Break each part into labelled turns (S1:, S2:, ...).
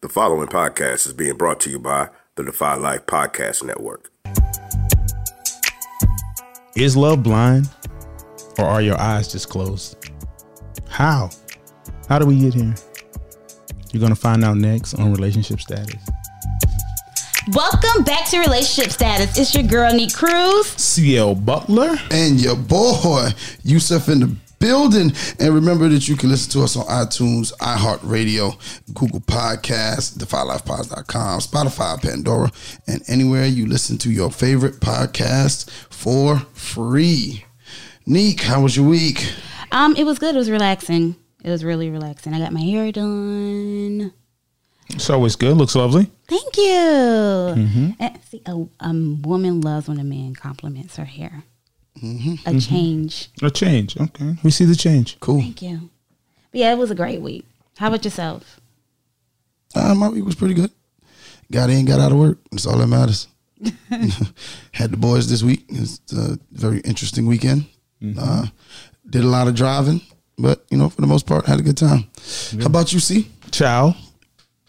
S1: The following podcast is being brought to you by the Defy Life Podcast Network.
S2: Is love blind or are your eyes just closed? How? How do we get here? You're going to find out next on Relationship Status.
S3: Welcome back to Relationship Status. It's your girl, Nee Cruz.
S2: CL Butler.
S4: and your boy Yusuf in the building. And remember that you can listen to us on iTunes, iHeartRadio, Google Podcasts, DefyLifePods.com, Spotify, Pandora, and anywhere you listen to your favorite podcast for free. Neek, how was your week?
S3: Um, it was good. It was relaxing. It was really relaxing. I got my hair done.
S2: It's always good. Looks lovely.
S3: Thank you. And see, a, a woman loves when a man compliments her hair. A change.
S2: A change. Okay. We see the change.
S4: Cool.
S3: Thank you. But yeah, it was a great week. How about yourself?
S4: Uh, my week was pretty good. Got in, got out of work. That's all that matters. Had the boys this week. It's a very interesting weekend.
S2: Mm-hmm.
S4: Uh, did a lot of driving, but you know, for the most part, had a good time. How about you, C?
S2: Ciao.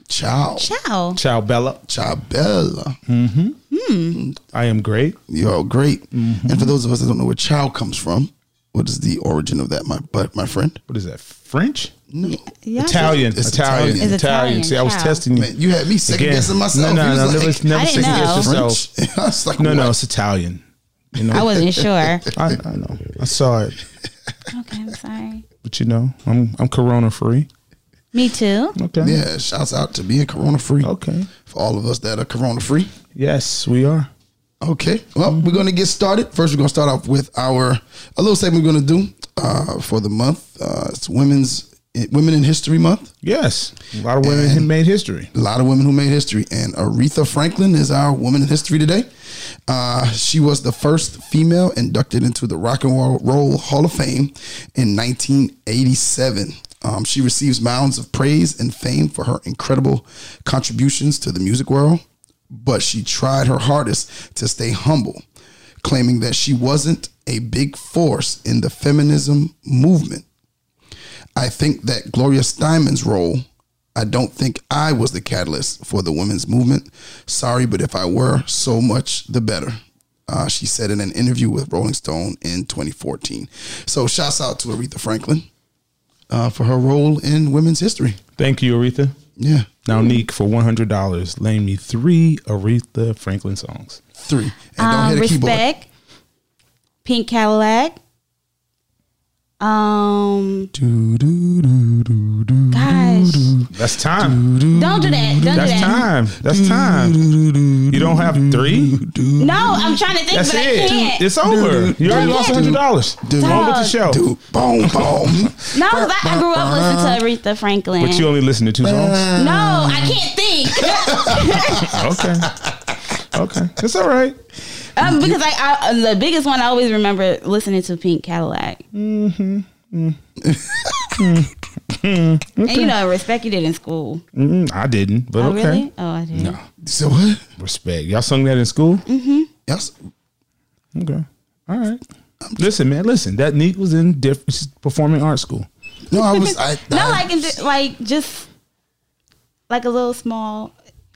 S4: Ciao,
S3: Ciao.
S2: Ciao, Bella.
S4: ciao, Bella.
S2: Mm-hmm. I am great.
S4: You're great.
S2: Mm-hmm.
S4: And for those of us that don't know where ciao comes from, what is the origin of that, my but my friend?
S2: What is that? French?
S4: No,
S3: Yeah.
S2: Italian.
S4: It's
S2: Italian.
S4: Italian.
S3: It's Italian.
S2: See, I was
S3: Ciao.
S2: testing you.
S4: man, you had me second
S2: Again.
S4: guessing myself.
S2: No, no,
S4: You
S2: no.
S4: was like,
S2: never never
S3: I didn't
S2: second guess
S3: know.
S2: yourself.
S4: French. I was like,
S2: No, no.
S4: what?
S2: It's Italian. You
S3: I
S2: know,
S3: wasn't sure.
S2: I, I know. I saw it.
S3: Okay, I'm sorry.
S2: But you know, I'm I'm corona free.
S3: Me too.
S2: Okay.
S4: Yeah, shouts out to being corona free.
S2: Okay.
S4: For all of us that are corona free.
S2: Yes, we are.
S4: Okay. Well, we're going to get started. First, we're going to start off with our a little segment we're going to do uh, for the month. Uh, it's Women's Women in History Month.
S2: Yes. A lot of women had made history.
S4: A lot of women who made history, and Aretha Franklin is our woman in history today. Uh, she was the first female inducted into the Rock and Roll Hall of Fame in 1987. Um, she receives mounds of praise and fame for her incredible contributions to the music world, but she tried her hardest to stay humble claiming that she wasn't a big force in the feminism movement. I think that Gloria Steinman's role, I don't think I was the catalyst for the women's movement. Sorry, but if I were, so much the better. Uh, she said in an interview with Rolling Stone in 2014. So, shouts out to Aretha Franklin uh, for her role in women's history.
S2: Thank you, Aretha.
S4: Yeah,
S2: Now, Neek, for one hundred dollars, lend me three Aretha Franklin songs.
S4: three. And don't
S3: Um,
S4: hit a keyboard.
S3: respect. Pink Cadillac. Um,
S4: Do, do, do, do, do.
S3: gosh,
S2: That's time.
S3: don't do that. Don't
S2: That's
S3: do that.
S2: time. That's time. You don't have three.
S3: No, I'm trying to think,
S2: That's
S3: but I
S2: it.
S3: can't.
S2: It's over. You already lost hundred dollars.
S4: Dude.
S2: On with the show.
S4: Do, boom, boom.
S3: no, 'cause I, I grew up listening to Aretha Franklin.
S2: But you only listen to two songs.
S3: no, I can't think
S2: Okay. Okay. It's all right.
S3: um, because I, I the biggest one I always remember listening to Pink Cadillac. Mm-hmm.
S4: Mm.
S3: And you know, respect you did in school.
S2: Mm, I didn't, but
S3: Oh,
S2: okay.
S3: really? Oh, I did.
S4: So what?
S2: Respect. Y'all sung that in school.
S4: Yes.
S2: Okay. All right. Listen, man. Listen. That Neek was in diff- she's performing art school.
S4: No, I was. I,
S3: No,
S4: I-
S3: like in ju- like just like a little small.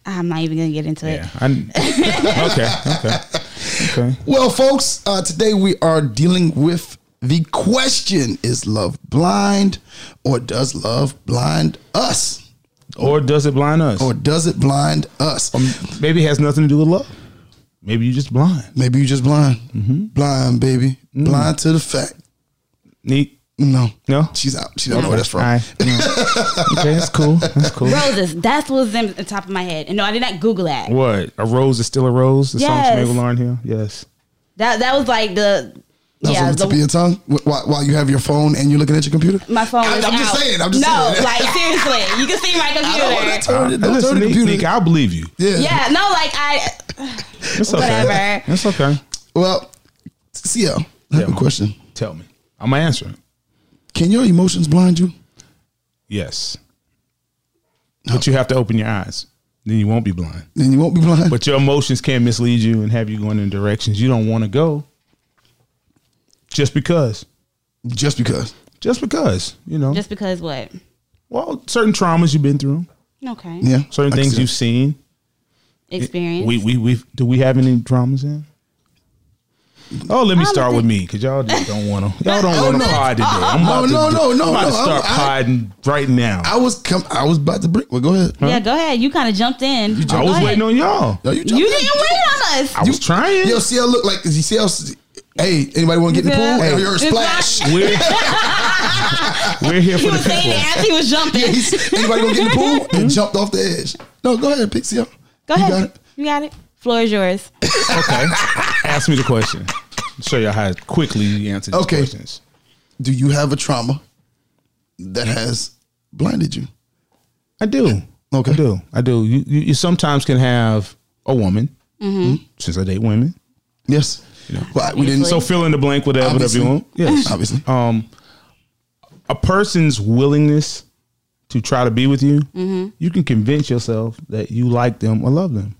S3: I'm not even gonna get into
S2: Yeah.
S3: it.
S2: I, okay. Okay. Okay.
S4: Well, folks, uh, today we are dealing with the question: Is love blind, or does love blind us,
S2: Or does it blind us?
S4: or does it blind us?
S2: Um, Maybe it has nothing to do with love. Maybe you're just blind.
S4: Maybe you just blind,
S2: mm-hmm.
S4: blind baby,
S2: Mm.
S4: blind to the fact.
S2: Neat.
S4: No,
S2: No?
S4: she's out. She don't know where that's from.
S2: All right. Mm. okay, that's cool. That's cool.
S3: Roses. That's what's in the top of my head. And no, I did not Google that.
S2: What? A rose is still a rose? The song
S3: Yes.
S2: from Mabel Lauren Hill? Yes.
S3: That that was like the
S4: That was
S3: yeah.
S4: on the tip
S3: the-
S4: of your tongue Wh- while, while you have your phone and you're looking at your computer.
S3: my phone.
S4: I-
S3: was
S4: I'm just
S3: out.
S4: saying, I'm just
S3: no,
S4: saying.
S3: like seriously, you can see my
S4: I don't want to
S3: computer.
S4: turn it. Don't
S2: Listen,
S4: turn the
S2: Nick,
S4: computer.
S2: Nick, I'll believe you.
S3: Yeah, no, like I.
S2: It's okay.
S3: Whatever.
S2: It's okay.
S4: Well, CL, I have
S2: Yeah.
S4: a question.
S2: Tell me. I'm going to answer it.
S4: Can your emotions blind you?
S2: Yes. But you have to open your eyes. Then you won't be blind.
S4: Then you won't be blind.
S2: But your emotions can mislead you and have you going in directions you don't want to go just because.
S4: just because.
S2: Just because, you know.
S3: Just because what?
S2: Well, certain traumas you've been through,
S3: Okay.
S4: Yeah,
S2: Certain
S4: like I
S2: things
S4: said,
S2: you've seen.
S3: Experience.
S2: We we we do we have any dramas in? Oh, let me
S3: I don't
S2: start with
S3: think-
S2: me, cause y'all just don't want to. Y'all don't want to
S4: no.
S2: pod today. I'm
S4: No,
S2: about to,
S4: no, no,
S2: I'm
S4: no,
S2: about to
S4: no,
S2: start
S4: I'm- I-
S2: podding right now. I,
S4: I was come. I was about to bring. Well, go ahead.
S3: Yeah, go ahead. You kind of jumped in. Go
S2: was
S3: ahead.
S2: waiting on y'all.
S4: No, you,
S3: You
S4: jumped
S3: didn't
S4: in.
S3: wait on us.
S2: I was trying.
S4: Yo, see how I look like? You see how? Hey, anybody want to get in the
S3: Yeah.
S4: pool? Hey, you're a
S3: Good
S4: splash.
S2: We're, we're here
S3: He
S2: for
S3: was
S2: the
S3: saying
S2: people.
S3: it as he was jumping.
S4: He's- anybody gonna get in the pool? And jumped off the edge. No, go ahead, Pixie. Up.
S3: Go
S4: You
S3: ahead.
S4: got it.
S3: You got it. Floor is yours.
S2: Okay, ask me the question. Show y'all how quickly you answer these
S4: Okay.
S2: questions.
S4: Do you have a trauma that has blinded you?
S2: I do.
S4: Okay.
S2: I do. I do. You, you, you sometimes can have a woman, since I date women.
S4: Yes. But we didn't.
S2: So fill in the blank with that, whatever
S4: Obviously.
S2: you want. Yes.
S4: Obviously.
S2: Um, a person's willingness to try to be with you, you can convince yourself that you like them or love them.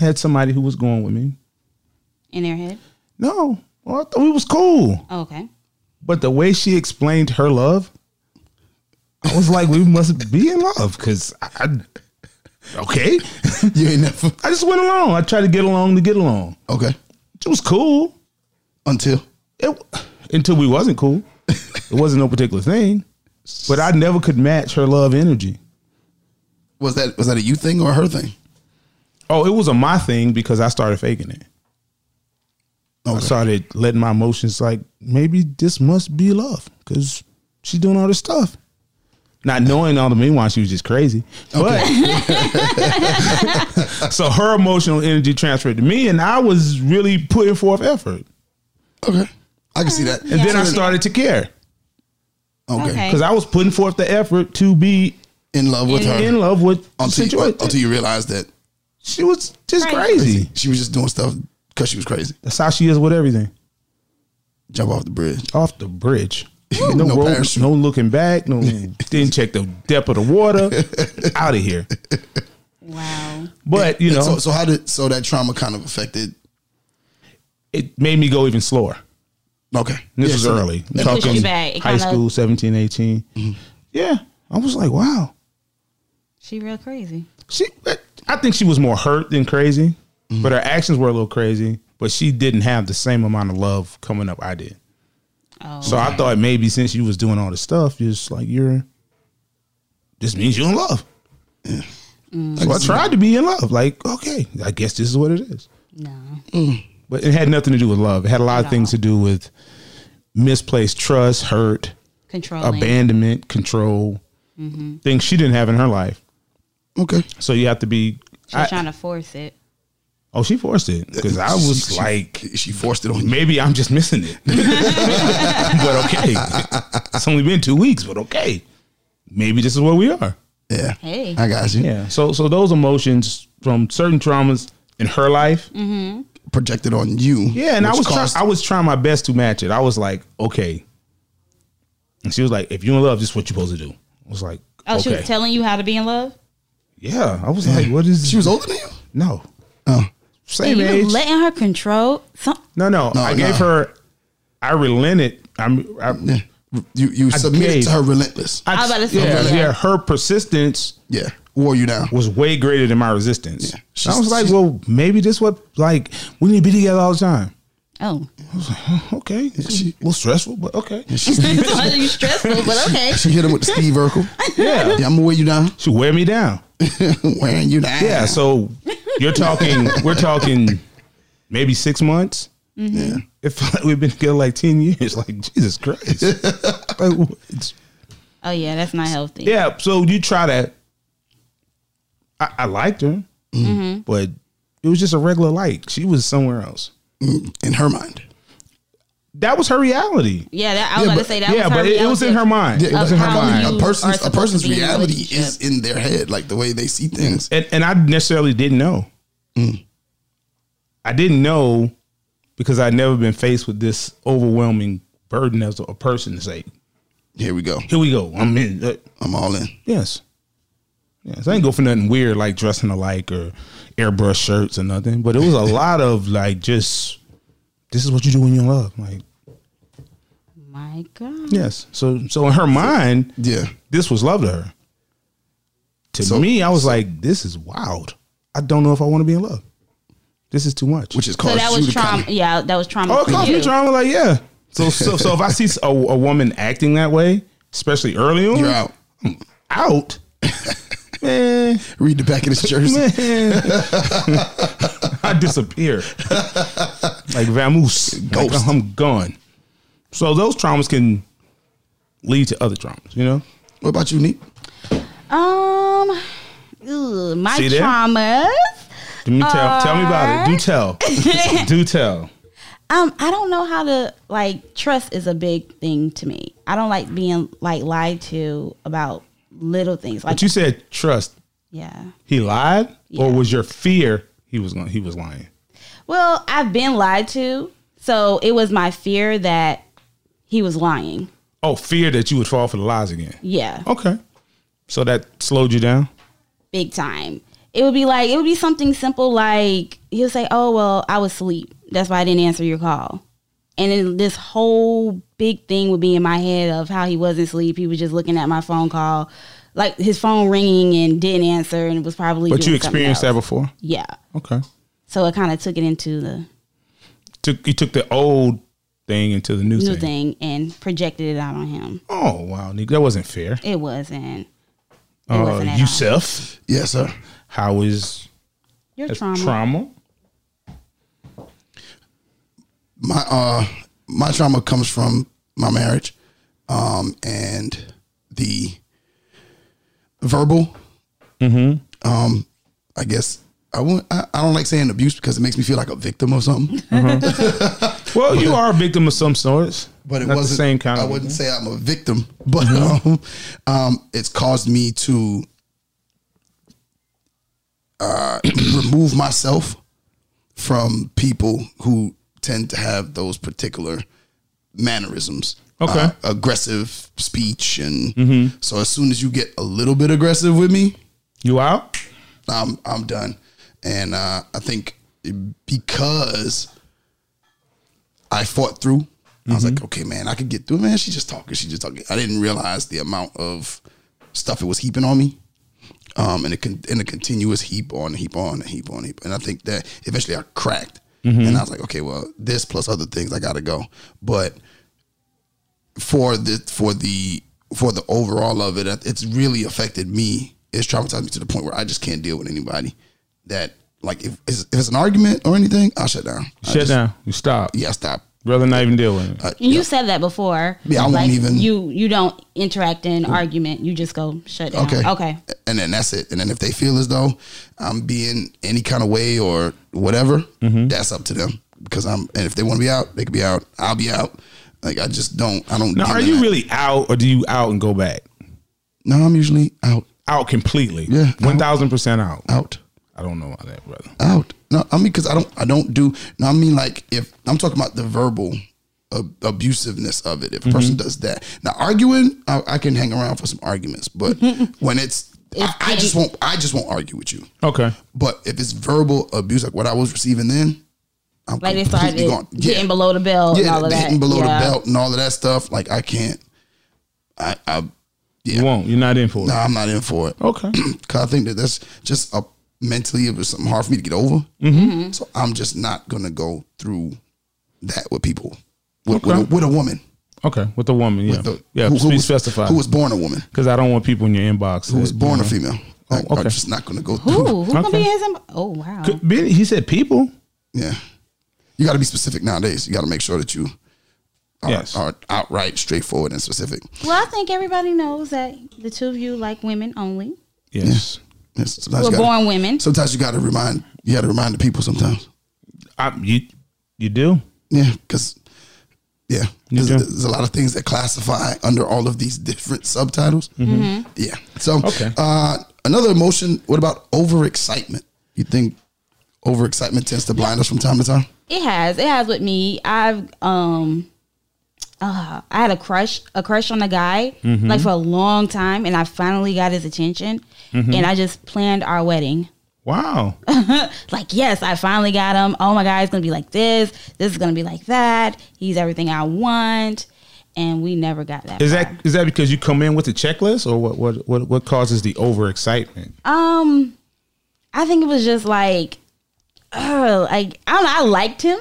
S2: I had somebody who was going with me.
S3: In their head.
S2: No, well, I thought we was cool,
S3: Oh, okay.
S2: but the way she explained her love, I was like, we must be in love because I, I okay.
S4: You ain't never.
S2: I just went along. I tried to get along to get along.
S4: Okay.
S2: It was cool.
S4: Until.
S2: It, until we wasn't cool. It wasn't no particular thing. But I never could match her love energy.
S4: Was that was that a you thing or a her thing?
S2: Oh, it was a my thing because I started faking it. I
S4: Okay.
S2: started letting my emotions like maybe this must be love because she's doing all this stuff, not knowing all the meanwhile she was just crazy. But so her emotional energy transferred to me, and I was really putting forth effort.
S4: Okay. I can see that.
S2: And then I
S3: Yeah.
S2: started to care
S4: Okay.
S3: Okay.
S2: because I was putting forth the effort to be
S4: In love with her.
S2: in love with the
S4: until, you,
S2: situation.
S4: until you realize that
S2: She was just
S3: Right.
S2: crazy.
S4: she was just doing stuff because she was crazy.
S2: That's how she is with everything.
S4: Jump off the bridge.
S2: Off the bridge. No,
S4: No
S2: road-
S4: parachute.
S2: no looking back. No, didn't check the depth of the water. Out of here.
S3: Wow.
S2: But you know,
S4: So so how did so that trauma kind of affected?
S2: it made me go even slower.
S4: Okay.
S2: This
S4: Yeah,
S2: was
S4: so-
S2: early. I'm
S4: It
S3: pushed
S2: talking
S3: you back. It
S2: high
S3: kinda-
S2: school, 17, 18.
S4: Mm-hmm.
S2: Yeah, I was like, wow.
S3: She real crazy.
S2: She, I think she was more hurt than crazy, but her actions were a little crazy. But she didn't have the same amount of love coming up I did.
S3: Oh.
S2: So I thought maybe since you was doing all this stuff, you're just like you're. This means you're in love. So I tried to be in love. Like, okay, I guess this is what it is.
S3: no.
S2: But it had nothing to do with love. It had a lot of things to do with misplaced trust, hurt,
S3: Controlling.
S2: abandonment, control, things she didn't have in her life.
S4: Okay.
S2: So you have to be.
S3: She's
S2: I,
S3: trying to force it.
S2: oh, she forced it because I was
S4: She- she-
S2: like,
S4: she forced it on you.
S2: maybe I'm just missing it. but okay, it's only been two weeks, but okay, maybe this is where we are.
S4: Yeah.
S3: Hey.
S4: I got you.
S2: Yeah. So so those emotions from certain traumas in her life.
S4: Mm-hmm. Projected on you.
S2: Yeah, and I
S4: which
S2: was try-
S4: caused-
S2: I was trying my best to match it. I was like, okay. And she was like, if you're in love, this is what you're supposed to do. I was like,
S3: Oh, she
S2: okay.
S3: was telling you how to be in love.
S2: yeah, I was like, what is
S4: she was older than you.
S2: no
S4: Oh.
S2: same
S3: and
S2: age?
S3: you letting her control. Some,
S2: no, no,
S4: No,
S2: I gave
S4: no.
S2: her. I relented. I'm. I,
S4: Yeah. You you submitted
S2: gave-
S4: to her relentless.
S2: I,
S3: I was about to say,
S2: yeah,
S3: okay.
S2: yeah. Her persistence
S4: yeah. Wore you down.
S2: was way greater than my resistance.
S4: Yeah.
S2: And I was
S4: She's-
S2: like,
S4: she's-
S2: well, maybe this what like we need to be together all the time.
S3: oh,
S2: Okay, this is a little stressful, but okay.
S3: you stressful, but okay.
S4: She hit him with the Steve Urkel.
S2: Yeah,
S4: Yeah, I'm gonna wear you down.
S2: she wear me down.
S4: Wearing you down.
S2: Yeah, so you're talking, we're talking, maybe six months.
S4: Mm-hmm. Yeah.
S2: It felt like we've been together like ten years. Like Jesus Christ. Like, what?
S3: Oh yeah, that's not healthy.
S2: yeah, so you try to. I, I liked her,
S4: Mm-hmm.
S2: but it was just a regular like. She was somewhere else.
S4: In her mind.
S2: That was her reality.
S3: Yeah, that, I was about to say that.
S2: yeah,
S3: was her
S2: but it, it was in her
S3: reality.
S2: mind.
S4: Yeah,
S2: it was in her
S3: how
S2: mind.
S3: you
S4: a
S3: are
S4: person's a
S3: supposed
S4: person's
S3: to be in a
S4: reality
S3: relationship.
S4: is in their head, like the way they see things.
S2: and, and I necessarily didn't know. I didn't know because I'd never been faced with this overwhelming burden as a, a person to say,
S4: Here we go.
S2: "Here we go, I'm in." Uh,
S4: I'm all in.
S2: yes, yes. I didn't go for nothing weird like dressing alike or airbrush shirts or nothing. But it was a lot of like just, this is what you do when you love. Like
S3: My God.
S2: yes, so so in her mind,
S4: Yeah.
S2: this was love to her. to
S4: So-
S2: me, I was like, this is wild. I don't know if I want to be in love. This is too much.
S4: which is
S3: So
S4: called
S3: that was
S4: shooter
S3: trauma.
S4: comedy.
S3: Yeah, that was trauma.
S2: oh, it
S3: for
S2: caused
S3: you.
S2: me trauma. Like, yeah. So, so, so if I see a, a woman acting that way, especially early on,
S4: You're out.
S2: out. man,
S4: Read the back of this jersey.
S2: man, I disappear like vamoose. Like,
S4: Ghost.
S2: I'm gone. So those traumas can lead to other traumas. You know.
S4: what about you, Neek?
S3: Um, ugh, my
S2: See there?
S3: traumas.
S2: Let me tell. Tell me about it. Do tell. Do tell.
S3: Um, I don't know how to like trust is a big thing to me. I don't like being like lied to about little things. Like
S2: But you said trust.
S3: yeah.
S2: He lied,
S3: Yeah.
S2: or was your fear he was going? He was lying.
S3: Well, I've been lied to, so it was my fear that he was lying.
S2: Oh, fear that you would fall for the lies again.
S3: Yeah,
S2: Okay, so that slowed you down.
S3: big time. It would be like it would be something simple like he'll say, "Oh well, I was asleep. That's why I didn't answer your call." And then this whole big thing would be in my head of how he wasn't asleep. He was just looking at my phone call, like his phone ringing and didn't answer, and was probably.
S2: But you
S3: doing something
S2: experienced that
S3: else.
S2: before.
S3: Yeah.
S2: Okay,
S3: So it kind of took it into the
S2: took you took the old thing into the new,
S3: new
S2: thing.
S3: thing and projected it out on him.
S2: Oh wow, Nick, that wasn't fair.
S3: It wasn't. It
S2: Uh,
S3: wasn't at all.
S2: Yusef,
S4: Yes, sir.
S2: how is
S3: Your
S2: that's
S3: trauma.
S2: trauma.
S4: my uh my trauma comes from my marriage um and the verbal um Mm-hmm. i guess i won't I, I don't like saying abuse because it makes me feel like a victim of something
S2: Well, you are a victim of some sorts,
S4: but it
S2: Not
S4: wasn't
S2: the same kind.
S4: I
S2: of Mm-hmm.
S4: wouldn't say I'm a victim, but um, um, it's caused me to uh, remove myself from people who tend to have those particular mannerisms.
S2: Okay. Mm-hmm.
S4: Uh, aggressive speech, and so as soon as you get a little bit aggressive with me,
S2: You out?
S4: I'm I'm done. And uh, I think because I fought through, I was
S2: Mm-hmm.
S4: like, okay, man, I could get through. it. Man, she just talking. She just talking. I didn't realize the amount of stuff it was heaping on me. Um, and a con- and a continuous heap on heap on heap on heap, and I think that eventually I cracked,
S2: Mm-hmm.
S4: and I was like, okay, well, this plus other things, I gotta go. But for the for the for the overall of it, it's really affected me. It's traumatized me to the point where I just can't deal with anybody. That like if, if it's an argument or anything, I'll shut down. I
S2: Shut
S4: just-
S2: down. You stop.
S4: Yeah, I stop.
S2: Rather not even deal with it.
S3: And you said that before.
S4: Yeah, I won't
S3: like,
S4: even-
S3: You you don't interact in argument. You just go shut down.
S4: Okay.
S3: Okay.
S4: And then that's it. And then if they feel as though I'm being any kind of way or whatever,
S2: Mm-hmm.
S4: that's up to them. Because I'm, and if they want to be out, they can be out. I'll be out. Like I just don't. I don't.
S2: now,
S4: get
S2: are
S4: in
S2: you
S4: that.
S2: really out, or do you out and go back?
S4: No, I'm usually out,
S2: Out completely.
S4: Yeah,
S2: one thousand percent out.
S4: out,
S2: I don't know about that, brother.
S4: out. No, I mean because I don't. I don't do. No, I mean like if I'm talking about the verbal ab- abusiveness of it. If a person
S2: Mm-hmm.
S4: does that, now arguing, I, I can hang around for some arguments. But
S2: Mm-hmm.
S4: when it's, I, I just won't. I just won't argue with you.
S2: Okay.
S4: But if it's verbal abuse, like what I was receiving then, I'm
S3: Like they started
S4: completely gone.
S3: getting below the belt and
S4: yeah,
S3: all of
S4: the
S3: that.
S4: hitting below
S3: yeah.
S4: the belt and all of that stuff. Like I can't, I, I,
S2: You won't. You're not in for it.
S4: nah, I'm not in for it.
S2: Okay.
S4: Cause I think that that's just a mentally it was something hard for me to get over. Mm-hmm. So I'm just not gonna go through that with people, with, with, a, with a woman,
S2: Okay. With the woman. Yeah.
S4: the-
S2: yeah.
S4: who,
S2: please
S4: who was,
S2: specify.
S4: who was born a woman,
S2: Because I don't want people in your inbox.
S4: who was born a female. Like,
S2: Oh, okay.
S4: I'm just not gonna go through.
S3: Ooh, who can
S2: Okay.
S3: be his? em- Oh wow.
S2: He said people.
S4: Yeah. You got to be specific nowadays. You got to make sure that you are,
S2: Yes.
S4: are outright, straightforward, and specific.
S3: Well, I think everybody knows that the two of you like women only.
S2: Yes.
S4: Yes, sometimes,
S3: We're
S4: you gotta,
S3: born women.
S4: sometimes you got to remind you got to remind the people sometimes.
S2: I, you you do.
S4: Yeah, because yeah, there's,
S2: do.
S4: there's a lot of things that classify under all of these different subtitles. Yeah. So
S2: Mm-hmm. Okay.
S4: uh, another emotion. What about overexcitement? You think overexcitement tends to blind us from time to time?
S3: It has. It has with me. I've um uh, I had a crush a crush on a guy like for a long time and I finally got his attention and I just planned our wedding.
S2: Wow.
S3: Like, yes, I finally got him. Oh my god, it's gonna be like this, this is gonna be like that, he's everything I want. and we never got that.
S2: Is
S3: far.
S2: that is that because you come in with a checklist, or what? What what, what causes the overexcitement?
S3: Um, I think it was just like, oh, like I don't know. I liked him.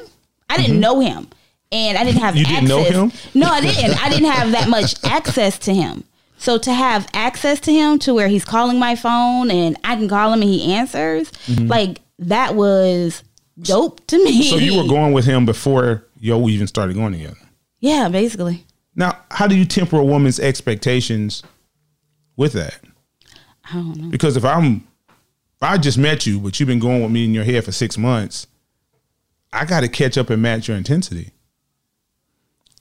S3: I didn't know him, and I didn't have.
S2: Mm-hmm. You
S3: access.
S2: didn't know him?
S3: No, I didn't. I didn't have that much access to him. So to have access to him to where he's calling my phone and I can call him and he answers, like that was dope to me.
S2: Mm-hmm. So you were going with him before yo even started going together.
S3: yeah, basically.
S2: Now, how do you temper a woman's expectations with that?
S3: I don't know.
S2: Because if I'm, if I just met you, but you've been going with me in your head for six months, I got to catch up and match your intensity,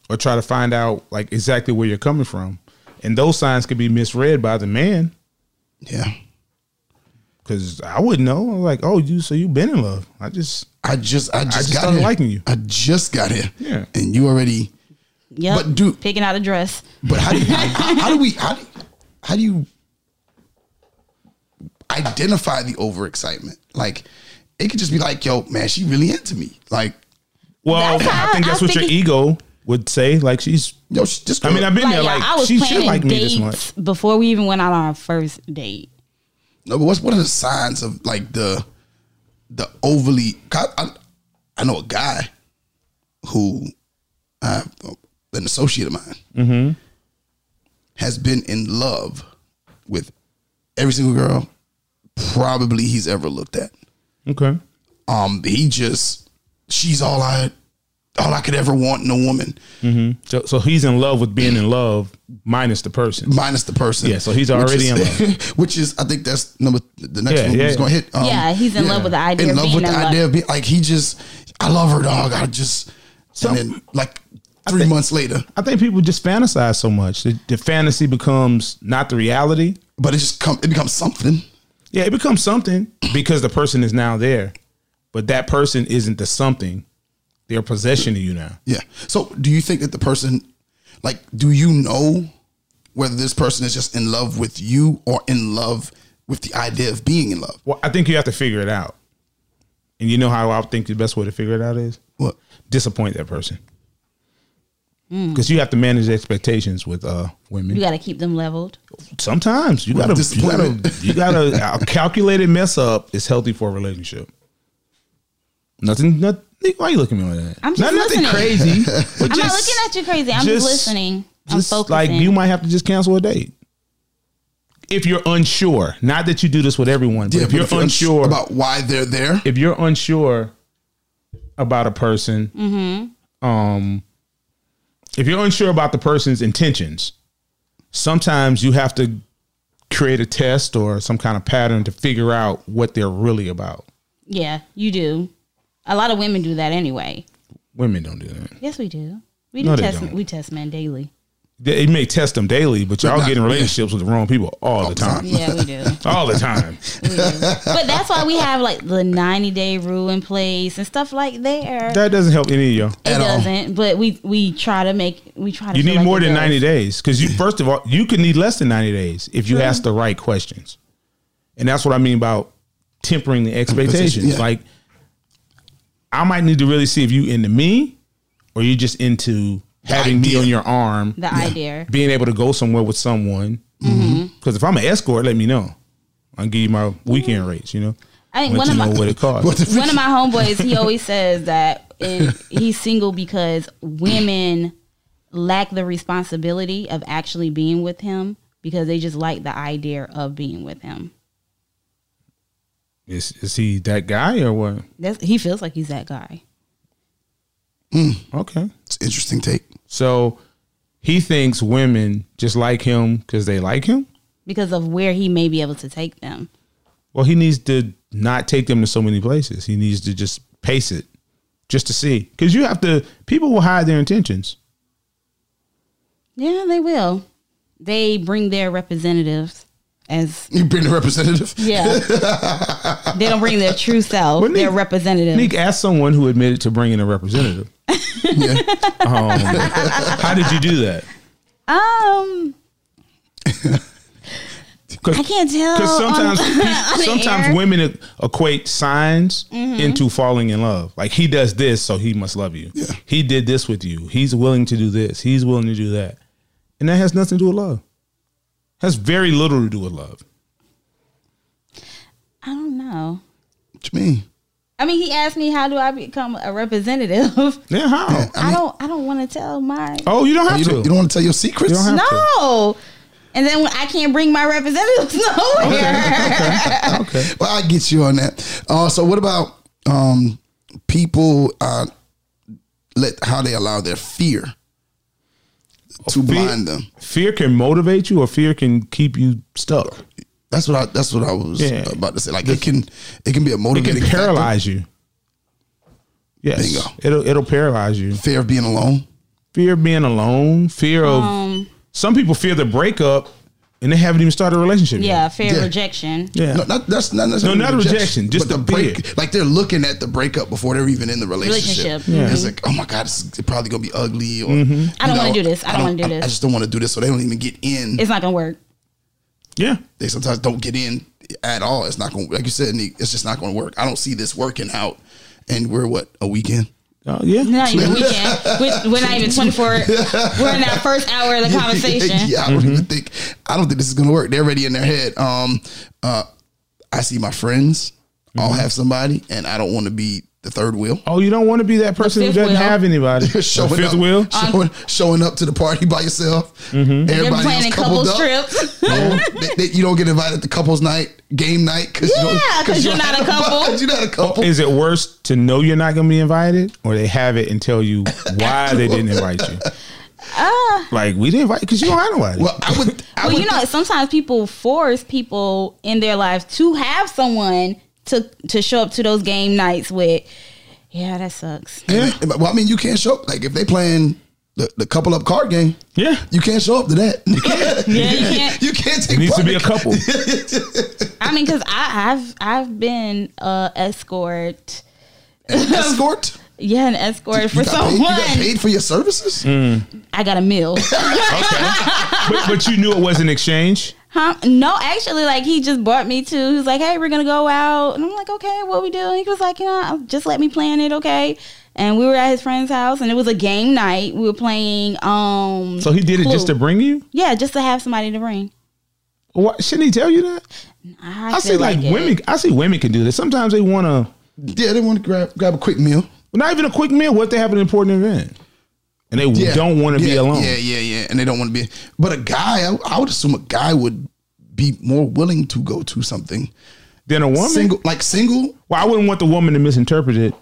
S2: or try to find out like exactly where you're coming from, and those signs could be misread by the man.
S4: Yeah.
S2: Because I wouldn't know. I'm like, oh, you so you've been in love. I just
S4: I just I just,
S2: just
S4: got
S2: started
S4: here.
S2: liking you.
S4: I just got here.
S2: Yeah.
S4: And you already
S3: Yep.
S4: But dude-
S3: picking out a dress.
S4: but how do you, how, how do we how do, how do you identify the overexcitement? Like it could just be like, yo, man, she really into me. Like,
S2: well,
S3: That's how
S2: I think
S3: I-
S2: that's
S3: I
S2: what your
S3: think-
S2: ego would say. Like she's.
S4: yo, she just
S2: I mean, I've been there. Like
S3: I was
S2: she should
S3: planning
S2: like me
S3: dates
S2: this much.
S3: before we even went out on our first date.
S4: No, but what's what are the signs of like the the overly? I, I, I know a guy who uh, an associate of mine
S2: Mm-hmm.
S4: has been in love with every single girl probably he's ever looked at.
S2: Okay.
S4: Um, he just she's all I all I could ever want in a woman,
S2: So, so he's in love with being in love minus the person.
S4: minus the person.
S2: Yeah, so he's
S4: Which
S2: already
S4: is-
S2: in love.
S4: which is I think that's number the next
S2: Yeah,
S4: one
S2: yeah,
S4: he's gonna
S2: yeah.
S4: hit. Um,
S3: yeah, he's in love with the idea
S4: in
S3: of
S4: love
S3: being
S4: with the
S3: in
S4: idea
S3: love.
S4: of being like he just I love her dog. I just and then like three months later,
S2: I think people just fantasize so much. The, the fantasy becomes not the reality.
S4: but it just come it becomes something.
S2: Yeah, it becomes something because the person is now there, but that person isn't the something. They're a possession of you now.
S4: Yeah. So do you think that the person like do you know whether this person is just in love with you or in love with the idea of being in love?
S2: Well, I think you have to figure it out. And you know how I think the best way to figure it out is
S4: What?
S2: disappoint that person. Because you have to manage expectations with uh, women.
S3: You got to keep them leveled.
S2: Sometimes you gotta, you gotta,
S4: disappointment.
S2: you gotta. A calculated mess up is healthy for a relationship. Nothing. Nothing. Why you looking at me like that?
S3: I'm just
S2: Not nothing crazy.
S3: listening.
S2: but
S3: I'm not
S2: just-
S3: looking at you crazy. I'm
S2: just-
S3: just, listening. I'm
S2: just
S3: focusing.
S2: like you might have to just cancel a date if you're unsure. Not that you do this with everyone, but
S4: Yeah,
S2: if you're
S4: uns-
S2: unsure
S4: about why they're there,
S2: if you're unsure about a person, um, if you're unsure about the person's intentions, sometimes you have to create a test or some kind of pattern to figure out what they're really about.
S3: yeah, you do. A lot of women do that anyway.
S2: Women don't do that.
S3: Yes, we do. We do
S2: No, they
S3: test.
S2: don't.
S3: We test men daily.
S2: They you may test them daily, but y'all
S4: not-
S2: get in relationships with the wrong people all the time.
S3: Yeah, we do.
S2: All the time.
S3: We do. but that's why we have like the 90 day rule in place and stuff like there.
S2: That doesn't help any of y'all.
S3: it
S4: all.
S3: doesn't. But we we try to make we try to.
S2: You
S3: feel
S2: need
S3: like
S2: more
S3: it
S2: than
S3: does.
S2: 90 days because you, first of all, you can need less than 90 days if you ask the right questions. And that's what I mean about tempering the expectations.
S4: Expectations, yeah.
S2: Like, I might need to really see if you into me or you just into having
S4: idea.
S2: me on your arm,
S3: The idea.
S2: being able to go somewhere with someone. Because
S3: Mm-hmm.
S2: if I'm an escort, let me know. I'll give you my weekend rates, you know?
S3: I think
S2: Let
S3: one
S2: you
S3: of
S2: know
S3: my
S2: what it costs.
S4: What the
S3: one of my homeboys, he always says that and he's single because women lack the responsibility of actually being with him because they just like the idea of being with him.
S2: is, is he that guy or what?
S3: That's, he feels like he's that guy.
S2: Okay.
S4: it's an interesting take.
S2: So he thinks women just like him because they like him.
S3: because of where he may be able to take them.
S2: Well, he needs to not take them to so many places. He needs to just pace it just to see. Because you have to, people will hide their intentions.
S3: Yeah, they will. They bring their representatives as
S4: You bring the representative.
S3: yeah. they don't bring their true self.
S2: Well,
S3: their
S2: Nick-
S3: representative.
S2: Nick asked someone who admitted to bringing a representative. Um, how did you do that?
S3: Um,
S2: 'Cause-
S3: I can't tell
S2: Because
S3: on-
S2: sometimes,
S3: on the air. Mm-hmm.
S2: sometimes women e-, equate signs into falling in love. Like he does this, so he must love you. He did this with you. He's willing to do this. He's willing to do that, and that has nothing to do with love. Has very little to do with love.
S3: I don't know.
S4: What you mean?
S3: I mean, he asked me, "How do I become a representative?"
S2: Yeah, how?
S3: I, don't. I don't want to tell my
S2: Oh, you don't have
S4: You
S2: to.
S4: don't, you don't want to tell your secrets?
S2: You don't have-
S3: no. And then when I can't bring my representatives nowhere.
S2: okay.
S4: well, I get you on that. Uh, so what about um, people? Uh, let how they allow their fear to blind them.
S2: Fear can motivate you, or fear can keep you stuck.
S4: That's what I. That's what I was
S2: Yeah.
S4: about to say. Like it can, it can be a
S2: It
S4: motivating
S2: can
S4: factor.
S2: paralyze you. Yes,
S4: Bingo.
S2: it'll it'll paralyze you.
S4: Fear of being alone.
S2: Fear of being alone. Fear of
S3: Um,
S2: some people fear the breakup, and they haven't even started a relationship.
S3: yeah, fair
S4: Yeah.
S3: rejection.
S2: yet. yeah.
S4: No, not, that's not necessarily
S2: No, not rejection, just
S4: but
S2: the fear.
S4: break. Like they're looking at the breakup before they're even in the relationship.
S3: Relationship. Yeah.
S4: It's like, oh my god, it's probably gonna be ugly. Or
S2: Mm-hmm.
S3: I don't
S4: you know,
S3: wanna do this. I don't wanna do
S4: I
S3: this.
S4: just don't want to do this. So they don't even get in.
S3: It's not gonna work.
S2: yeah.
S4: they sometimes don't get in at all. It's not going to, like you said, Nick, it's just not going to work. I don't see this working out. And we're what, a weekend?
S2: Oh, yeah.
S3: Not even weekend. We're, we're not even twenty four. We're in that first hour of the conversation.
S4: yeah, I don't
S2: Mm-hmm.
S4: even think, I don't think this is going to work. They're already in their head. Um, uh, I see my friends all
S2: Mm-hmm.
S4: have somebody, and I don't want to be the third wheel.
S2: Oh, you don't want to be that person who
S3: fifth
S2: doesn't
S3: wheel.
S2: have anybody. The
S4: Showing
S2: fifth
S4: up,
S2: wheel. Mm-hmm.
S4: Showing, showing up to the party by yourself.
S3: They're
S4: Everybody
S3: planning
S4: else coupled
S3: couples
S4: up.
S3: trips.
S4: No, they- they- you don't get invited to couples night, game night, because
S3: Yeah, 'cause you're not a couple.
S4: Because you're not a couple.
S2: Is Oh, it worse to know you're not going to be invited, or they have it and tell you why they didn't invite you? like we didn't invite because you don't have nobody.
S4: well, I would. I
S3: well,
S4: would
S3: you know, sometimes people force people in their lives to have someone to to show up to those game nights with. Yeah, that sucks.
S4: Yeah. Well, I mean, you can't show up. Like if they playing the, the couple up card game,
S2: yeah.
S4: you can't show up to that. You can't.
S3: Yeah, you can't.
S4: you can't take
S2: It needs to
S4: part
S2: be a
S4: in-
S2: couple.
S3: I mean, because I've I've been uh, escort.
S4: escort.
S3: Yeah, an escort for
S4: You got, paid, you
S3: someone.
S4: got paid for your services.
S2: Mm.
S3: I got a meal.
S2: but, but you knew it was an exchange.
S3: Huh? No, actually, like he just brought me to. He's like, "Hey, we're gonna go out," and I'm like, "Okay, what we doing?" He was like, "You know, just let me plan it, okay?" And we were at his friend's house, and it was a game night. We were playing. um
S2: So he did it just to
S3: Clue.
S2: bring you.
S3: Yeah, just to have somebody to bring.
S2: Why shouldn't he tell you that?
S3: I,
S2: I, see,
S3: feel
S2: like,
S3: it.
S2: women. I see women can do this. Sometimes they want to,
S4: Yeah, they want to grab grab a quick meal.
S2: not even a quick meal. What if they have an important event, and they
S4: Yeah.
S2: don't want to be
S4: Yeah,
S2: alone.
S4: Yeah, yeah, yeah. And they don't want to be. But a guy, I, I would assume a guy would be more willing to go to something
S2: Then a woman.
S4: single, like single.
S2: Well, I wouldn't want the woman to misinterpret it.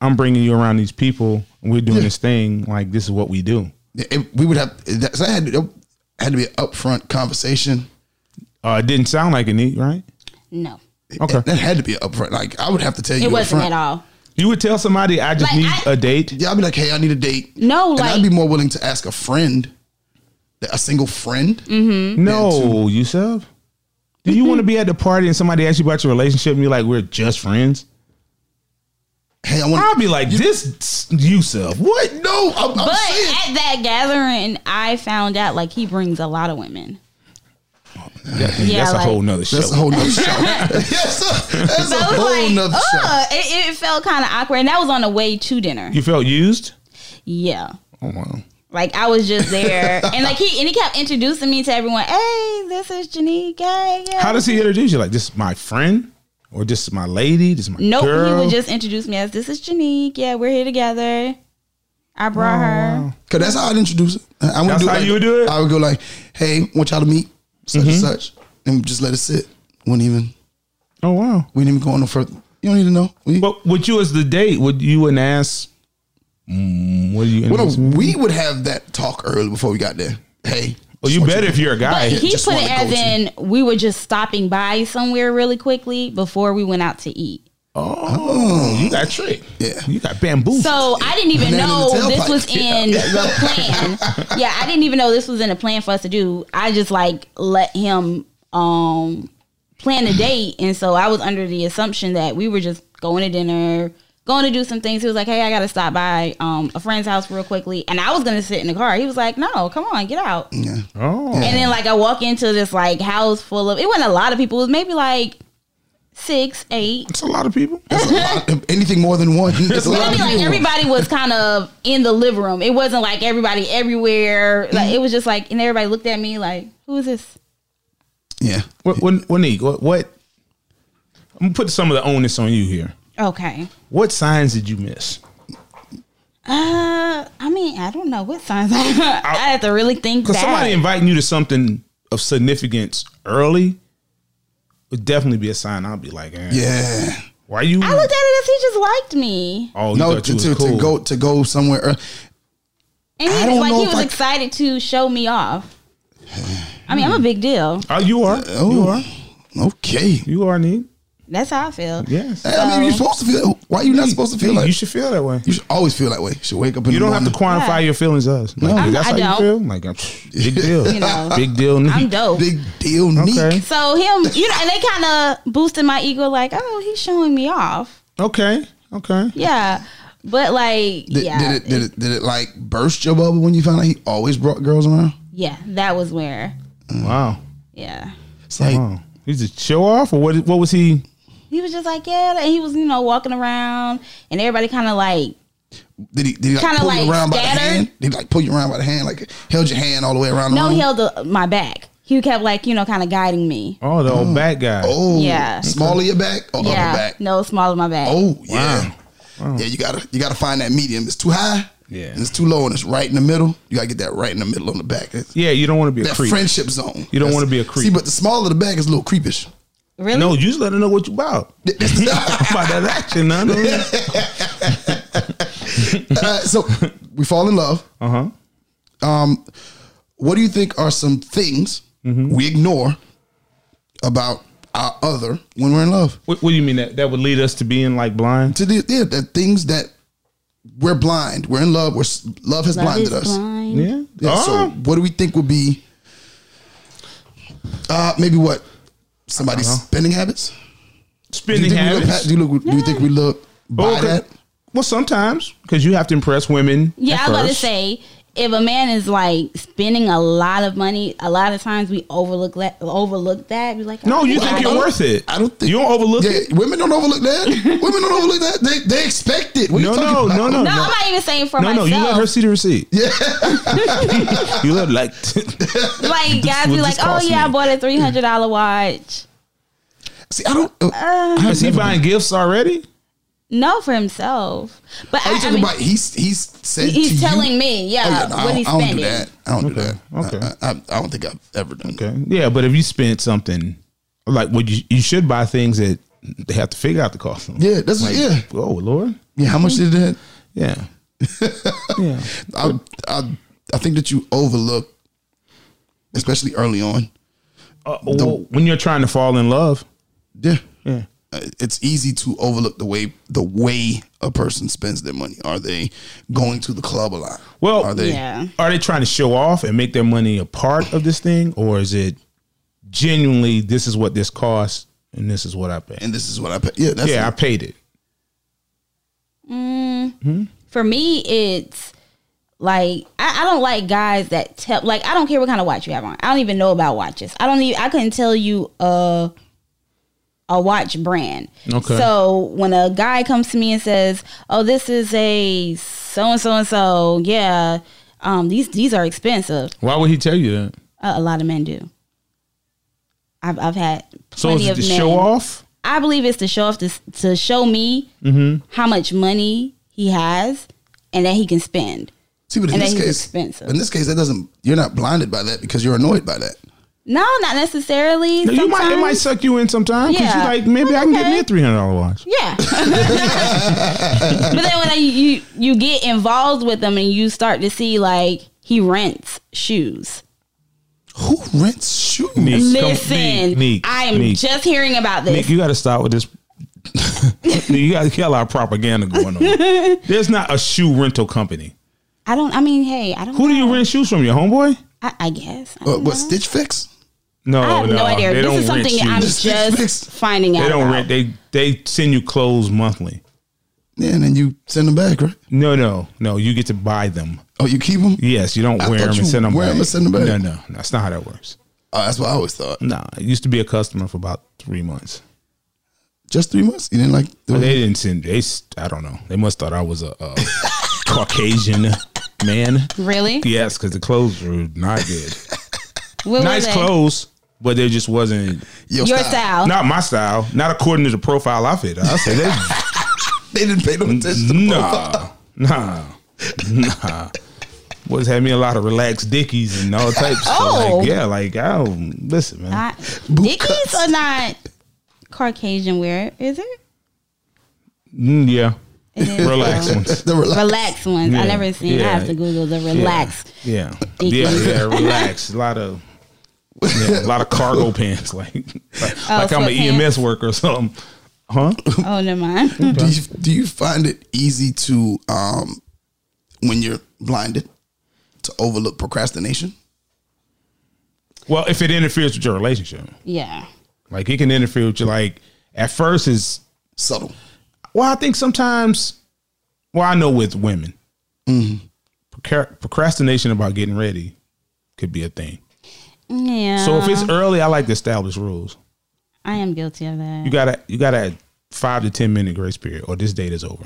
S2: I'm bringing you around these people, and we're doing this thing. Like this is what we do.
S4: Yeah, it- we would have. That, so that had to, that had to be an upfront conversation.
S2: Uh, it didn't sound like it, Neat, right?
S3: No,
S2: Okay.
S4: that had to be an upfront. Like I would have to tell you.
S3: it wasn't
S4: upfront.
S3: at all.
S2: You would tell somebody, "I just
S3: Like,
S2: need
S3: I-
S2: a date."
S4: Yeah, I'd be like, hey, I need a date.
S3: No,
S4: and
S3: like-
S4: I'd be more willing to ask a friend, a single friend.
S3: Mm-hmm.
S2: No, Yusuf. Do you want to be at the party and somebody asks you about your relationship, and you're like, "We're just friends"?
S4: Hey, I want.
S2: I'll be like, "This Yusuf, what?"
S4: No, I'm, I'm
S3: Oh, But
S4: saying.
S3: at that gathering, I found out like he brings a lot of women. Yeah,
S2: that's
S3: like-
S2: a whole nother show.
S4: That's a whole nother show. that's a, that's a
S3: So I was
S4: whole
S3: like,
S4: nother show.
S3: "Ugh." it, it felt kind of awkward, and that was on the way to dinner.
S2: you felt used.
S3: Yeah.
S2: Oh wow.
S3: Like I was just there, and like he and he kept introducing me to everyone. Hey, this is Janique. Hey, yeah.
S2: How does he introduce you? Like this is my friend, or this is my lady, this is my
S3: nope,
S2: girl.
S3: he would just introduce me as this is Janique. Yeah, we're here together. I brought her.
S4: Cause that's how I'd introduce it. I would
S2: That's
S4: do
S2: how
S4: like,
S2: you would do it? Mm-hmm.
S4: I would go like, hey, want y'all to meet such and such, and just let it sit. Wouldn't even.
S2: oh wow.
S4: We didn't even go on no further. You don't need to know. We,
S2: But with you as the date, would you wouldn't ask? Mm, what are you?
S4: well,
S2: interested
S4: no,
S2: in?
S4: we would have that talk early before we got there. Hey,
S2: well, you
S4: just want
S2: better
S4: to-
S2: if you're a guy.
S3: But he
S4: just
S3: put
S4: wanna
S3: it as
S4: go to-
S3: in we were just stopping by somewhere really quickly before we went out to eat.
S2: oh, you got tricked.
S4: Yeah.
S2: you got bamboo.
S3: So I didn't even
S4: Banana in
S3: know
S4: the
S3: this
S4: tailpipe.
S3: was in the plan. Yeah, I didn't even know this was in the plan for us to do. I just like let him um plan a date, and so I was under the assumption that we were just going to dinner, going to do some things. He was like, "Hey, I got to stop by um, a friend's house real quickly," and I was going to sit in the car. He was like, "No, come on, get out."
S4: Yeah.
S2: Oh,
S3: And then like I walk into this like house full of it wasn't a lot of people. It was maybe like six, eight.
S2: that's a lot of people.
S4: That's a lot. Anything more than one. It's a
S3: But I
S4: lot
S3: mean,
S4: of
S3: like
S4: people.
S3: everybody was kind of in the living room. It wasn't like everybody everywhere. Like it was just like, and everybody looked at me like, "Who is this?"
S4: yeah.
S2: What, what, what, Nick, what, what? I'm gonna put some of the onus on you here.
S3: Okay.
S2: What signs did you miss?
S3: Uh, I mean, I don't know what signs. I, have to really think
S2: Because
S3: back.
S2: somebody inviting you to something of significance early would definitely be a sign. I'll be like, eh,
S4: Yeah.
S2: why you?
S3: I looked at it as he just liked me,
S2: oh, you
S4: No,
S2: thought
S4: to,
S2: you was
S4: to,
S2: cool.
S4: to go to go somewhere. ear-
S3: and
S4: I
S3: he was
S4: don't
S3: like
S4: know
S3: he
S4: if
S3: was
S4: I-
S3: excited to show me off. I mean, I'm a big deal.
S2: Oh, you are. You are.
S4: Oh, okay.
S2: You are need.
S3: That's how I feel.
S2: Yes.
S4: I mean, you're supposed to feel. Why are you not supposed to feel
S2: You-
S4: like?
S2: You should feel that way.
S4: You should always feel that way. You should wake up in
S2: You
S4: the
S2: don't have to
S4: morning.
S2: quantify
S3: Yeah.
S2: your feelings to us. Like,
S4: No.
S2: that's
S3: I
S2: how you
S3: don't.
S2: feel. Like, I'm- big deal.
S3: You know.
S2: Big deal. Nick.
S3: I'm dope.
S4: Big deal, Neek.
S2: Okay.
S3: So him, you know, and they kind of boosted my ego, like, oh, he's showing me off.
S2: Okay. Okay.
S3: Yeah, but like,
S4: Did,
S3: yeah,
S4: did it did it did it like burst your bubble when you found out he always brought girls around?
S3: yeah, that was where,
S2: Wow.
S3: yeah.
S4: It's like
S2: Oh. He's a show off, or what? What was he?
S3: He was just like, yeah, and he was, you know, walking around, and everybody kind of like,
S4: did he did he like
S3: Kinda
S4: pull
S3: like
S4: you around by the
S3: scattered?
S4: hand? Did he like pull you around by the hand? Like held your hand all the way around the
S3: no,
S4: room?
S3: he
S2: Uh-huh.
S3: held the, my back. He kept like, you know, kind of guiding me.
S2: Oh, the old bad guy.
S4: Oh
S3: Yeah.
S4: Smaller your back
S2: Oh,
S4: or
S3: yeah,
S4: upper back?
S3: no, smaller my back.
S4: Oh yeah. Yeah, you gotta you gotta find that medium. It's too high.
S2: Yeah.
S4: and it's too low, and it's right in the middle. You gotta get that right in the middle on the back. That's-
S2: Yeah, you don't want to be a
S4: that
S2: creep.
S4: friendship zone.
S2: You don't
S4: That's-
S2: wanna be a creep.
S4: See, but the smaller the back is a little creepish.
S3: Really?
S2: No, you just let her know what you about. about that action, huh?
S4: Uh, so we fall in love.
S2: Uh huh.
S4: Um, what do you think are some things
S2: Mm-hmm.
S4: we ignore about our other when we're in love?
S2: What, what do you mean that that would lead us to being like blind?
S4: To the, yeah, the things that we're blind, we're in love, we're, s- love has
S3: Love is
S4: blinded us.
S3: blind.
S2: Yeah.
S4: Yeah, So
S2: oh,
S4: what do we think would be uh, maybe what somebody's spending habits? Do you
S2: Uh-huh. spending
S4: think we look
S2: habits.
S4: pat- do, you look, do you think we look by
S2: Oh, 'cause-
S4: that?
S2: Well, sometimes because you have to impress women.
S3: Yeah,
S2: at
S3: I was about to
S2: first.
S3: say, if a man is like spending a lot of money, a lot of times we overlook that. Overlook that. We're like,
S2: No,
S3: oh,
S2: you
S3: I
S2: think you're
S3: don't-
S2: worth it.
S4: I don't think-
S2: you don't overlook
S4: Yeah,
S2: it.
S4: women don't overlook that. women don't overlook that. They, they expect it. What are
S2: No,
S4: you talking
S2: no,
S4: about?
S2: no, no,
S3: No,
S2: no.
S3: I'm not even saying for
S2: No,
S3: myself.
S2: no, you let her see the receipt. Yeah. you let like
S3: like guys
S2: what
S3: be like,
S2: this
S3: oh
S2: cost
S3: yeah, I
S2: me."
S3: bought a three hundred dollar watch.
S4: See, I don't. Uh,
S2: is he buying gifts already?
S3: No, for himself. But
S4: Are you
S3: I, I
S4: talking
S3: mean,
S4: about he's he's said
S3: he's
S4: to you-
S3: telling me, yeah,
S4: Oh, yeah, no, I
S3: what
S4: don't-
S3: he's
S4: I don't do
S3: spending.
S4: that. I don't do that.
S2: okay.
S4: I, I, I don't think I've ever done. that.
S2: Okay. Yeah, but if you spent something like what you you should buy things that they have to figure out the cost of.
S4: Yeah, that's
S2: Like,
S4: yeah.
S2: Oh Lord.
S4: Yeah, how much did that?
S2: Yeah. yeah.
S4: I, I I think that you overlook, especially early on.
S2: Uh, well, when you're trying to fall in love.
S4: Yeah,
S2: Yeah.
S4: Uh, it's easy to overlook the way the way a person spends their money. Are they going to the club a lot?
S2: Well,
S4: are they?
S3: Yeah.
S2: are they trying to show off and make their money a part of this thing, or is it genuinely this is what this costs and this is what I pay?
S4: And this is what I pay. Yeah, that's
S2: yeah, I
S4: it.
S2: paid it.
S3: For me, it's like I, I don't like guys that tell. Like I don't care what kind of watch you have on. I don't even know about watches. I don't even. I couldn't tell you uh a watch brand.
S2: Okay.
S3: So when a guy comes to me and says, "Oh, this is a so and so and so," yeah, um, these these are expensive.
S2: Why would he tell you that?
S3: Uh, a lot of men do. I've I've had
S2: So
S3: plenty
S2: is it
S3: of
S2: to
S3: men.
S2: show off?
S3: I believe it's to show off to to show me
S2: Mm-hmm.
S3: how much money he has and that he can spend.
S4: See, but in
S3: And
S4: this
S3: that he's
S4: case,
S3: expensive.
S4: in this case, that doesn't. You're not blinded by that because you're annoyed by that.
S3: No, not necessarily.
S2: No, you might it might
S3: sometimes.
S2: suck you in sometimes because
S3: Yeah.
S2: you're like maybe I can get
S3: Okay.
S2: me a three hundred dollar watch.
S3: Yeah. but then when I, you you get involved with him and you start to see like he rents shoes.
S4: Who rents shoes?
S2: Neek, come-
S3: Listen,
S2: Neek, Neek,
S3: I am
S2: Neek.
S3: just hearing about this.
S2: Nick, you got to stop with this. you got to get a lot of propaganda going on. There's not a shoe rental company.
S3: I don't. I mean, hey, I don't.
S2: Who do you
S3: know.
S2: rent shoes from? Your homeboy?
S3: I, I guess. I
S4: Uh,
S3: don't
S4: what
S3: know.
S4: Stitch Fix?
S2: No,
S3: I have
S2: Oh, no,
S3: no idea.
S2: They
S3: This
S2: don't
S3: is something
S2: rent
S3: I'm
S2: shoes.
S4: This is fixed.
S3: just finding out.
S2: They don't
S3: about.
S2: rent. They they send you clothes monthly.
S4: Yeah, and then you send them back, right?
S2: No, no, no. You get to buy them.
S4: Oh, you keep them?
S2: Yes, you don't
S4: I
S2: wear
S4: thought
S2: them
S4: you
S2: and send them
S4: wear
S2: back.
S4: 'em and send 'em back.
S2: No, no, no, that's not how that works.
S4: Oh, that's what I always thought.
S2: Nah, I used to be a customer for about three months.
S4: Just three months? You didn't like the
S2: But they didn't send. They, s- I don't know. They must thought I was a, uh Caucasian man.
S3: Really?
S2: Yes, because the clothes were not good.
S3: What were
S2: nice
S3: they?
S2: clothes, but they just wasn't
S4: your,
S3: Your
S4: style.
S3: style.
S2: not my style. Not according to the profile I fit. I said they
S4: They didn't pay no attention to the profile.
S2: nah, nah, nah. Was had me a lot of relaxed dickies and all types. So
S3: Oh.
S2: like, yeah, like I don't listen, man.
S3: I- Dickies are not Caucasian wear, is it?
S2: Mm, yeah,
S3: It is,
S2: relaxed
S3: though.
S2: ones.
S4: The relax.
S3: Relaxed ones.
S2: Yeah,
S3: I never seen. I have
S2: yeah,
S3: to Google the relaxed.
S2: Yeah, yeah,
S3: Dickies.
S2: yeah. Relax. A lot of. yeah, a lot of cargo pants, like like,
S3: Oh,
S2: like I'm an
S3: sweatpants?
S2: EMS worker or something. Huh?
S3: Oh, never mind.
S4: Do you, do you find it easy to, um, when you're blinded, to overlook procrastination?
S2: Well, if it interferes with your relationship,
S3: yeah.
S2: like it can interfere with you. Like at first, it's
S4: Subtle.
S2: Well, I think sometimes, well, I know with women, procra- procrastination about getting ready could be a thing.
S3: Yeah.
S2: So if it's early, I like to establish rules.
S3: I am guilty of that.
S2: You gotta, you gotta five to ten minute grace period, or this date is over.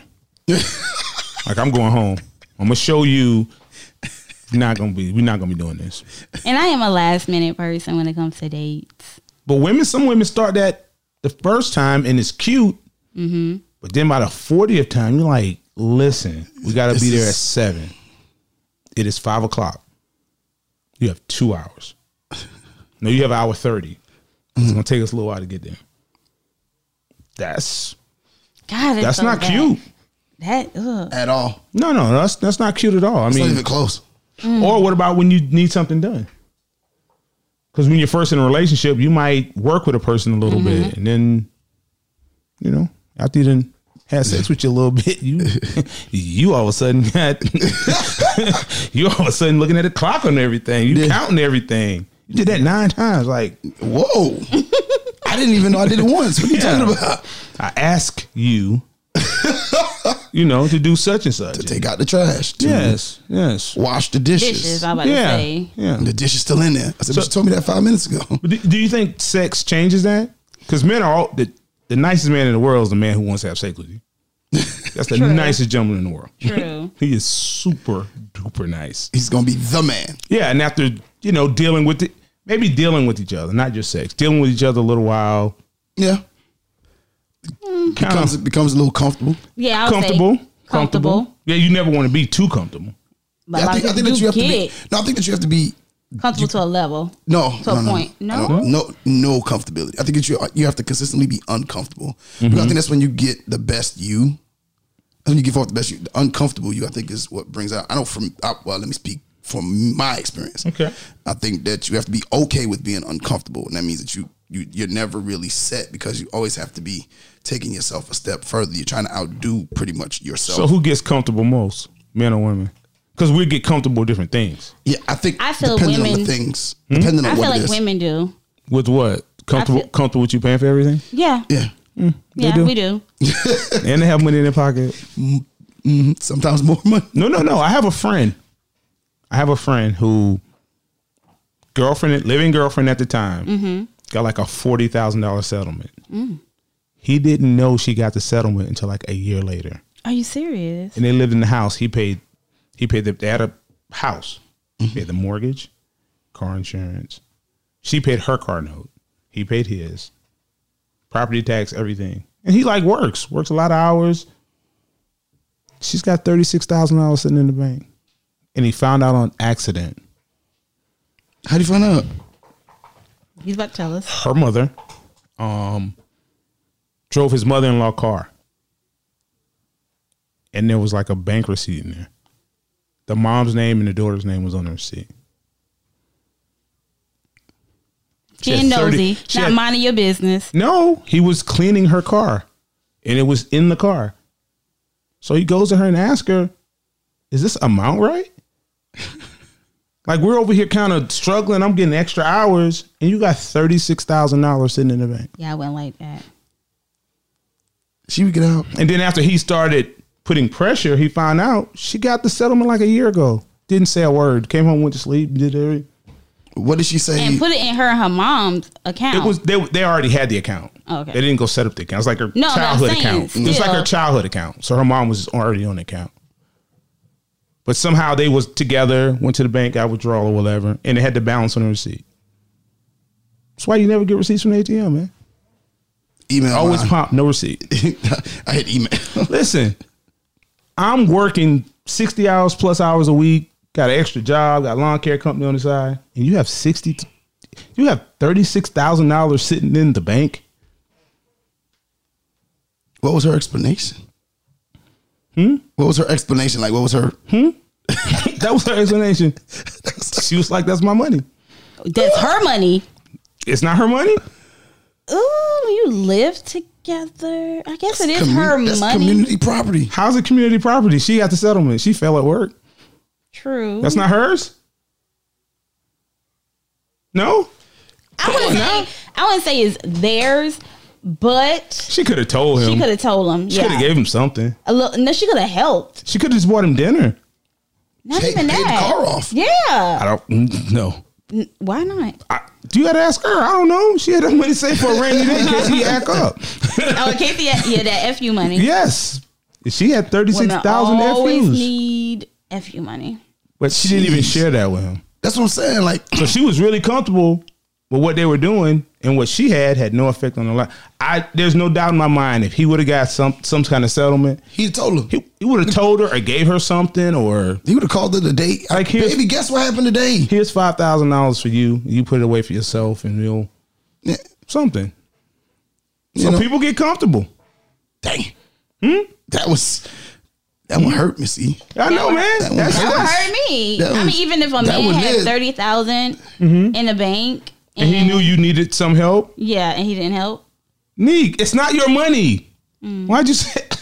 S2: like I'm going home. I'm gonna show you. You're not gonna be. We're not gonna be doing this.
S3: And I am a last minute person when it comes to dates.
S2: But women, some women start that the first time and it's cute. But then by the 40th time, you're like, listen, we got to be there at
S4: is-
S2: seven. It is five o'clock. You have two hours. No, you have hour 30. It's going to take us a little while to get there. That's
S3: God, it's
S2: that's
S3: so
S2: not
S3: bad.
S2: cute.
S3: That ugh.
S4: At all.
S2: No, no, that's that's not cute at all. I
S4: It's not
S2: mean,
S4: even close. Mm-hmm.
S2: or what about when you need something done? Because when you're first in a relationship, you might work with a person a little
S4: Mm-hmm.
S2: bit, and then, you know, after you done had sex with you a little bit, you you all of a sudden got you all of a sudden looking at the clock on everything, you counting everything. You did that nine times. Like
S4: Whoa. I didn't even know I did it once. What are you
S2: Yeah.
S4: talking about?
S2: I ask you, you know, to do such and such.
S4: Take out the trash. To
S2: yes, yes,
S4: Wash the dishes.
S3: dishes. I'm about to
S2: yeah,
S3: say.
S2: yeah.
S4: The dish is still in there. I
S2: So-
S4: said, but you told me that five minutes ago.
S2: But do, do you think sex changes that? Because men are all the, the nicest man in the world is the man who wants to have sex with you. That's the nicest gentleman in the world.
S3: True.
S2: He is super duper nice.
S4: He's gonna be the man.
S2: Yeah, and after you know dealing with it, maybe dealing with each other, not just sex, dealing with each other a little while,
S4: Yeah.
S2: kind
S4: Becomes
S2: of
S4: it becomes a little comfortable.
S3: Yeah, I'll
S2: comfortable,
S3: Say
S2: comfortable.
S3: comfortable.
S2: Yeah, you never want to be too comfortable.
S3: But
S4: I
S3: like,
S4: think, I think
S3: you
S4: that you have to be
S3: get
S4: No, I think that you have to be
S3: comfortable to a level.
S4: no
S3: To a
S4: no, no,
S3: point. No?
S4: I don't- no no comfortability. I think that you you have to consistently be uncomfortable.
S2: Mm-hmm.
S4: Because I think that's when you get the best you. That's when you give off the best you. The uncomfortable you, I think, is what brings out. I know from I, well, let me speak from my experience.
S2: Okay.
S4: I think that you have to be okay with being uncomfortable, and that means that you you you're never really set because you always have to be taking yourself a step further. You're trying to outdo pretty much yourself.
S2: So who gets comfortable most, men or women? Because we get comfortable with different things.
S4: yeah, I think
S3: I feel
S4: depending on
S3: women-
S4: the things,
S2: Hmm?
S4: depending on
S3: I
S4: what
S3: feel
S4: it
S3: like
S4: is.
S3: women do.
S2: With what comfortable
S3: feel-
S2: comfortable with you paying for everything,
S3: Yeah.
S4: Yeah,
S3: Yeah,
S2: do.
S3: we do.
S2: and they have money in their pocket.
S4: hmm, sometimes more money.
S2: No, no, no. I have a friend. I have a friend who girlfriend, living girlfriend at the time, got like a forty thousand dollar settlement. Mm. He didn't know she got the settlement until like a year later,
S3: Are you serious?
S2: and they lived in the house. He paid. He paid the. They had a house. He paid the mortgage, car insurance. She paid her car note. He paid his property tax, everything. And he like works, works a lot of hours. She's got thirty six thousand dollars sitting in the bank, and he found out on accident.
S4: How do you find out?
S3: He's about to tell us.
S2: Her mother, um, drove his mother in law car, and there was like a bank receipt in there. The mom's name and the daughter's name was on the receipt. She
S3: Being
S2: had 30
S3: nosy,
S2: she
S3: not
S2: had-
S3: minding your business.
S2: No, he was cleaning her car and it was in the car. So he goes to her and asks her, Is this amount right? like, we're over here kind of struggling. I'm getting extra hours and you got $36,000 sitting in the bank.
S3: Yeah, I went like that.
S4: She would get out.
S2: And then after he started putting pressure, he found out she got the settlement like a year ago. Didn't say a word. Came home, went to sleep, did everything.
S4: What did she say?
S3: and put it in her and her mom's account.
S2: It was they they alady had the account.
S3: Oh, Okay.
S2: They didn't go set up the account. It's like her
S3: No, no, I'm
S2: childhood
S3: saying
S2: account. It was like
S3: still.
S2: her childhood account. So her mom was already on the account. But somehow they was together, went to the bank, got withdrawal or whatever, and they had the balance on the receipt. That's why you never get receipts from the ATM, man.
S4: email.
S2: Always
S4: line.
S2: pop, no receipt.
S4: I had email.
S2: Listen, I'm working 60 hours plus hours a week, got an extra job, got a lawn care company on the side, and you have 60, t- you have $36,000 sitting in the bank.
S4: what was her explanation? Hmm. What was her explanation? Like, what was her?
S2: That was her explanation. She was like, "That's my money.
S3: That's her money.
S2: It's not her money.
S3: Ooh, you live together. I guess it is
S4: commu-
S3: her
S4: that's
S3: money.
S4: Community property.
S2: How's it community property? She got the settlement. She fell at work.
S3: True.
S2: That's not hers. No,
S3: I wouldn't say I wouldn't say it's theirs, but
S2: she could have told him.
S3: she could have told him.
S2: She could have
S3: Yeah.
S2: gave him something.
S3: A little, no, she could have helped.
S2: She could have just bought him dinner.
S3: Not
S4: Paid,
S3: even
S4: paid the
S3: that.
S4: car off.
S3: Yeah.
S2: I don't know.
S3: N- Why not?
S2: I, do you got to ask her? I don't know. She had that money saved for a rainy day in case he act up.
S3: Oh, Casey, yeah, yeah, that FU money.
S2: yes, she had thirty six
S3: Women
S2: thousand
S3: always
S2: FUs,
S3: need FU money.
S2: but she didn't even
S4: Jeez.
S2: share that with him.
S4: That's what I'm saying. Like,
S2: So she was really comfortable with what they were doing, and what she had had no effect on the life. I there's no doubt in my mind if he would have got some some kind of settlement,
S4: he told her.
S2: he, he would have told her or gave her something or
S4: He would have called her today.
S2: Like, here's-
S4: baby, guess what happened today?
S2: here's five thousand dollars for you. You put it away for yourself and you'll
S4: Yeah,
S2: something.
S4: you
S2: So Hmm?
S4: know,
S2: people get comfortable.
S4: dang. That was that one hurt, Miss E.
S2: I know, man.
S4: That one-
S2: That's,
S3: That would
S2: that's-
S3: hurt me.
S4: That
S3: I
S4: was-
S3: mean, even if a
S4: that
S3: man
S4: was
S3: had
S4: it.
S3: thirty
S2: Mm-hmm.
S3: in the bank,
S2: and
S3: and,
S2: he knew you needed some help.
S3: yeah, and he didn't help.
S2: Neek, it's not your money.
S3: Mm.
S2: Why'd you say?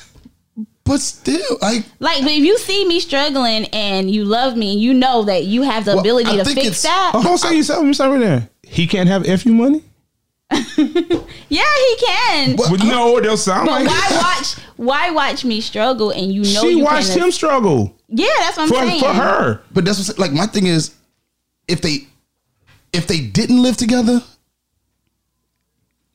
S4: But still, like
S3: Like, but if you see me struggling and you love me, you know that you have the
S4: Well,
S3: ability
S4: I
S3: to
S4: think it's-
S3: fix that.
S2: Oh, don't say yourself. You say right there. He can't have f you money.
S3: Yeah, he can.
S4: But
S2: But no, they'll sound
S3: But
S2: like
S3: why watch? Why watch me struggle? And you know
S2: she
S3: you
S2: watched
S3: can-
S2: him struggle
S3: Yeah, that's what I'm
S2: for,
S3: saying.
S2: for her.
S4: But that's what's like my thing is if they if they didn't live together,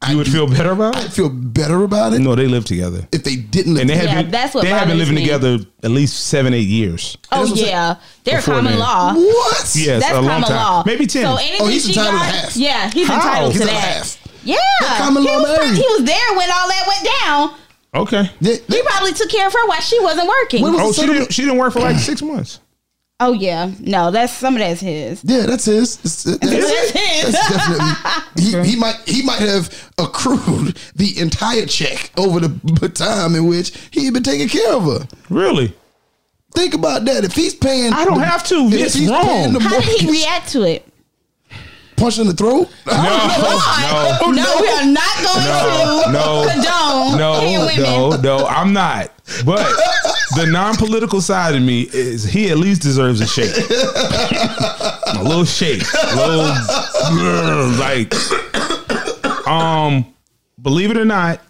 S2: You would feel better about
S4: I
S2: it?
S4: feel better about it.
S2: No, they live together.
S4: If they didn't live
S2: And they have
S3: Yeah,
S2: been,
S3: that's what
S2: they have been
S3: bothers
S2: living
S3: me.
S2: together at least seven, eight years.
S3: Oh
S4: That's what I'm
S3: yeah, they're
S2: Before
S3: common
S2: then.
S3: law.
S4: what?
S2: Yes,
S3: That's
S2: a long
S3: common
S2: time.
S3: law.
S2: Maybe 10.
S3: So anything
S4: Oh, he's
S3: she
S4: entitled to
S3: got,
S4: half.
S3: yeah, he's
S2: How?
S3: entitled
S4: He's
S3: to
S4: a
S3: that.
S4: half.
S3: Yeah,
S4: That common
S3: he
S4: law
S3: was, pro-
S4: married.
S3: he was there when all that went down.
S2: Okay.
S4: They-
S3: He
S4: they-
S3: probably took care of her while she wasn't working.
S4: What was-
S2: Oh,
S4: So
S2: she
S4: do-
S2: didn't, she didn't work for like six months.
S3: oh yeah, no, that's some of that's his.
S4: yeah, that's his. It's- it-
S3: That's his.
S4: that's definitely he, he might he might have accrued the entire check over the b- time in which he had been taking care of her.
S2: Really?
S4: Think about that. If he's paying,
S2: I don't have to.
S4: if
S2: It's
S4: he's
S2: wrong.
S4: paying the
S3: How did he
S4: mortgage,
S3: react to it?
S4: Punching the throat.
S2: No,
S3: no, we are not going to
S2: no,
S3: condone hitting
S2: no,
S3: women.
S2: no, no, I'm not. But the non-political side of me is he at least deserves a shake, a little shake, a little like. Um, believe it or not,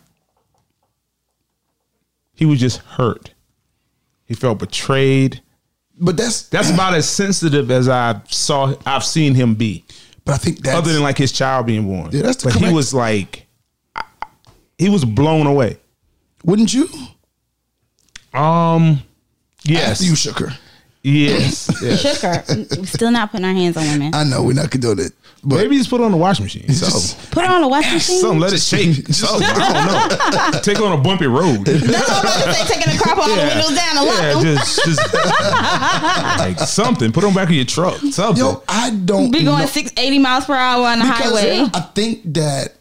S2: he was just hurt. He felt betrayed.
S4: But that's
S2: That's about as sensitive as I saw. I've seen him be
S4: But I think that's
S2: other than like his child being born.
S4: Yeah, that's the
S2: but he
S4: correct-
S2: was like, I- I- he was blown away.
S4: wouldn't you?
S2: Um,
S4: After
S2: yes,
S4: you shook her.
S2: yes, yes.
S3: Shook her. We're Still not putting our hands on women.
S4: I know we're not gonna do that. But
S2: Maybe just put it on the washing machine. So.
S3: Put her on a washing machine.
S2: Something let it shake. So, I don't know. Take her on a bumpy road.
S3: That's what I'm about to say. Taking the crop all the windows down and lock
S2: yeah,
S3: them.
S2: just, just like something. Put on back of your truck. Something.
S4: yo, I don't
S3: Be going
S4: know.
S3: 680 miles per hour on the
S4: Because
S3: highway.
S4: I think that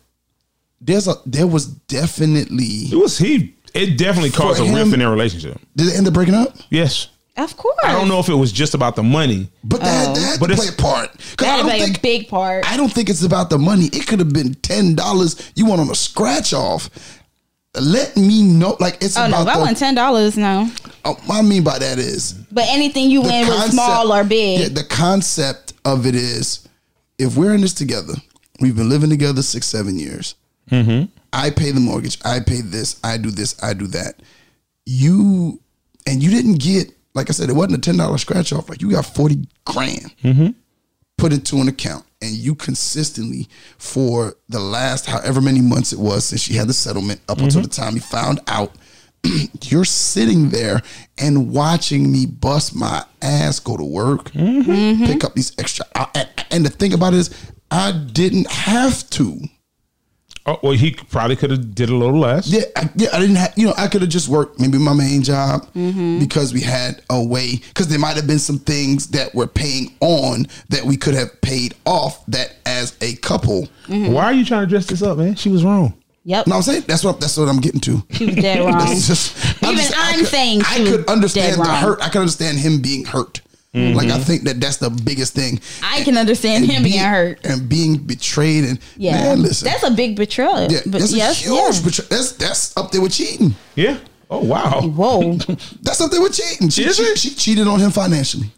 S4: there's a there was definitely
S2: it was he. It definitely caused a
S4: For him-
S2: rift in their relationship.
S4: did it end up breaking up?
S2: Yes,
S3: Of course.
S2: I don't know if it was just about the money.
S4: But
S3: Oh.
S4: that that had
S2: But
S4: to
S2: it's-
S4: play a part. Because I
S3: That
S4: don't
S3: is like
S4: think
S3: a big part.
S4: I don't think it's about the money. It could have been ten dollars you want on a scratch off. Let me know. Like it's
S3: Oh no,
S4: about
S3: if I
S4: the,
S3: won ten dollars now.
S4: oh, what I mean by that is
S3: But anything you win was small or big.
S4: Yeah, the concept of it is if we're in this together, we've been living together six, seven years. I pay the mortgage. I pay this. I do this. I do that. You and you didn't get, like I said, it wasn't a ten dollar scratch off. Like you got forty grand put into an account, and you consistently for the last however many months it was since she had the settlement up until the time you found out. You're sitting there and watching me bust my ass go to work, pick up these extra. I- and- and the thing about it is, I didn't have to.
S2: Oh, well, he probably could have did a little less.
S4: Yeah, I, yeah, I didn't have, you know, I could have just worked maybe my main job because we had a way, because there might have been some things that we're paying on that we could have paid off that as a couple.
S2: Why are you trying to dress this up, man? She was wrong.
S3: Yep.
S4: No, I'm saying that's what that's what I'm getting to.
S3: She was dead wrong.
S4: It's just-
S3: Even
S4: I
S3: I'm
S4: could,
S3: saying
S4: I
S3: she was
S4: could understand
S3: dead
S4: the
S3: wrong.
S4: hurt. I could understand him being hurt.
S2: Mm-hmm.
S4: Like I think that that's the biggest thing.
S3: I can understand him being hurt.
S4: and being betrayed and
S3: Yeah.
S4: man, listen,
S3: That's a big betrayal.
S4: yeah,
S3: But
S4: that's
S3: yes,
S4: a huge
S3: yeah.
S4: betray- That's that's up there with cheating.
S2: Yeah. Oh
S4: Mm-hmm.
S2: wow.
S3: Whoa.
S4: That's up there with cheating. She,
S2: Is
S4: she,
S2: it?
S4: she cheated on him financially.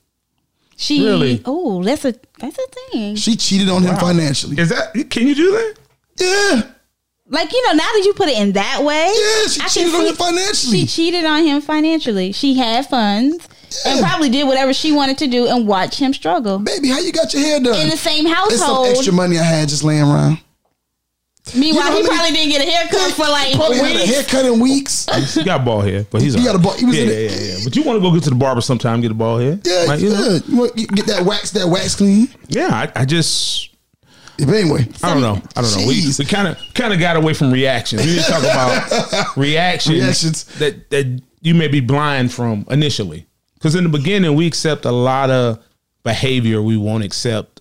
S3: She
S2: Really?
S3: oh, that's a that's a thing.
S4: She cheated on him financially.
S2: Is that? Can you do that?
S4: Yeah.
S3: Like, you know, now that you put it in that way.
S4: Yeah, she
S3: I can
S4: cheated on
S3: see-
S4: him financially.
S3: She cheated on him financially. She had funds and
S4: Yeah.
S3: probably did whatever she wanted to do and watch him struggle.
S4: Baby, how you got your hair done?
S3: In the same
S4: It's some
S3: household.
S4: extra money I had just laying around.
S3: Meanwhile,
S4: You know
S3: he
S4: how many-
S3: probably didn't get a haircut for like
S4: Probably had a
S3: weeks.
S4: haircut in weeks.
S2: He got ball hair, but he's
S4: He got a ball- he was
S2: yeah,
S4: in
S2: yeah,
S4: it.
S2: yeah, yeah. But you want to go get to the barber sometime, and get a ball head.
S4: Yeah,
S2: Like, you know?
S4: yeah. You want- you get that wax, that wax clean.
S2: yeah. I, I just,
S4: But anyway,
S2: I don't know, I don't know. We
S4: Jeez.
S2: we kind of kind of got away from reactions. We didn't talk about reactions,
S4: Reactions.
S2: that that you may be blind from initially, because in the beginning we accept a lot of behavior we won't accept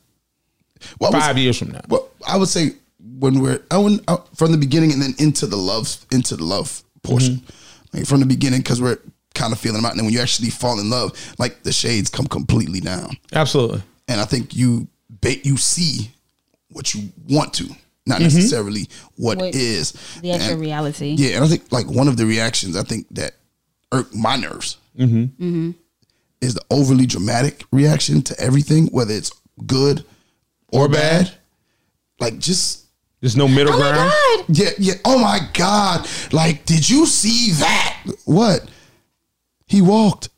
S4: what was-
S2: five years from now.
S4: Well, I would say when we're I wouldn't- uh, from the beginning and then into the love into the love portion,
S2: Mm-hmm.
S4: like from the beginning because we're kind of feeling them out, and then when you actually fall in love, like the shades come completely down,
S2: Absolutely.
S4: and I think you ba- you see what you want to, not
S2: Mm-hmm.
S4: necessarily what
S3: What-
S4: is.
S3: The actual
S4: And-
S3: reality.
S4: yeah, and I think like one of the reactions I think that irked my nerves is the overly dramatic reaction to everything, whether it's good or bad. Like just
S2: There's no middle
S3: Oh my
S2: ground.
S3: god.
S4: yeah, yeah. Oh my God! Like, did you see that? What? He walked.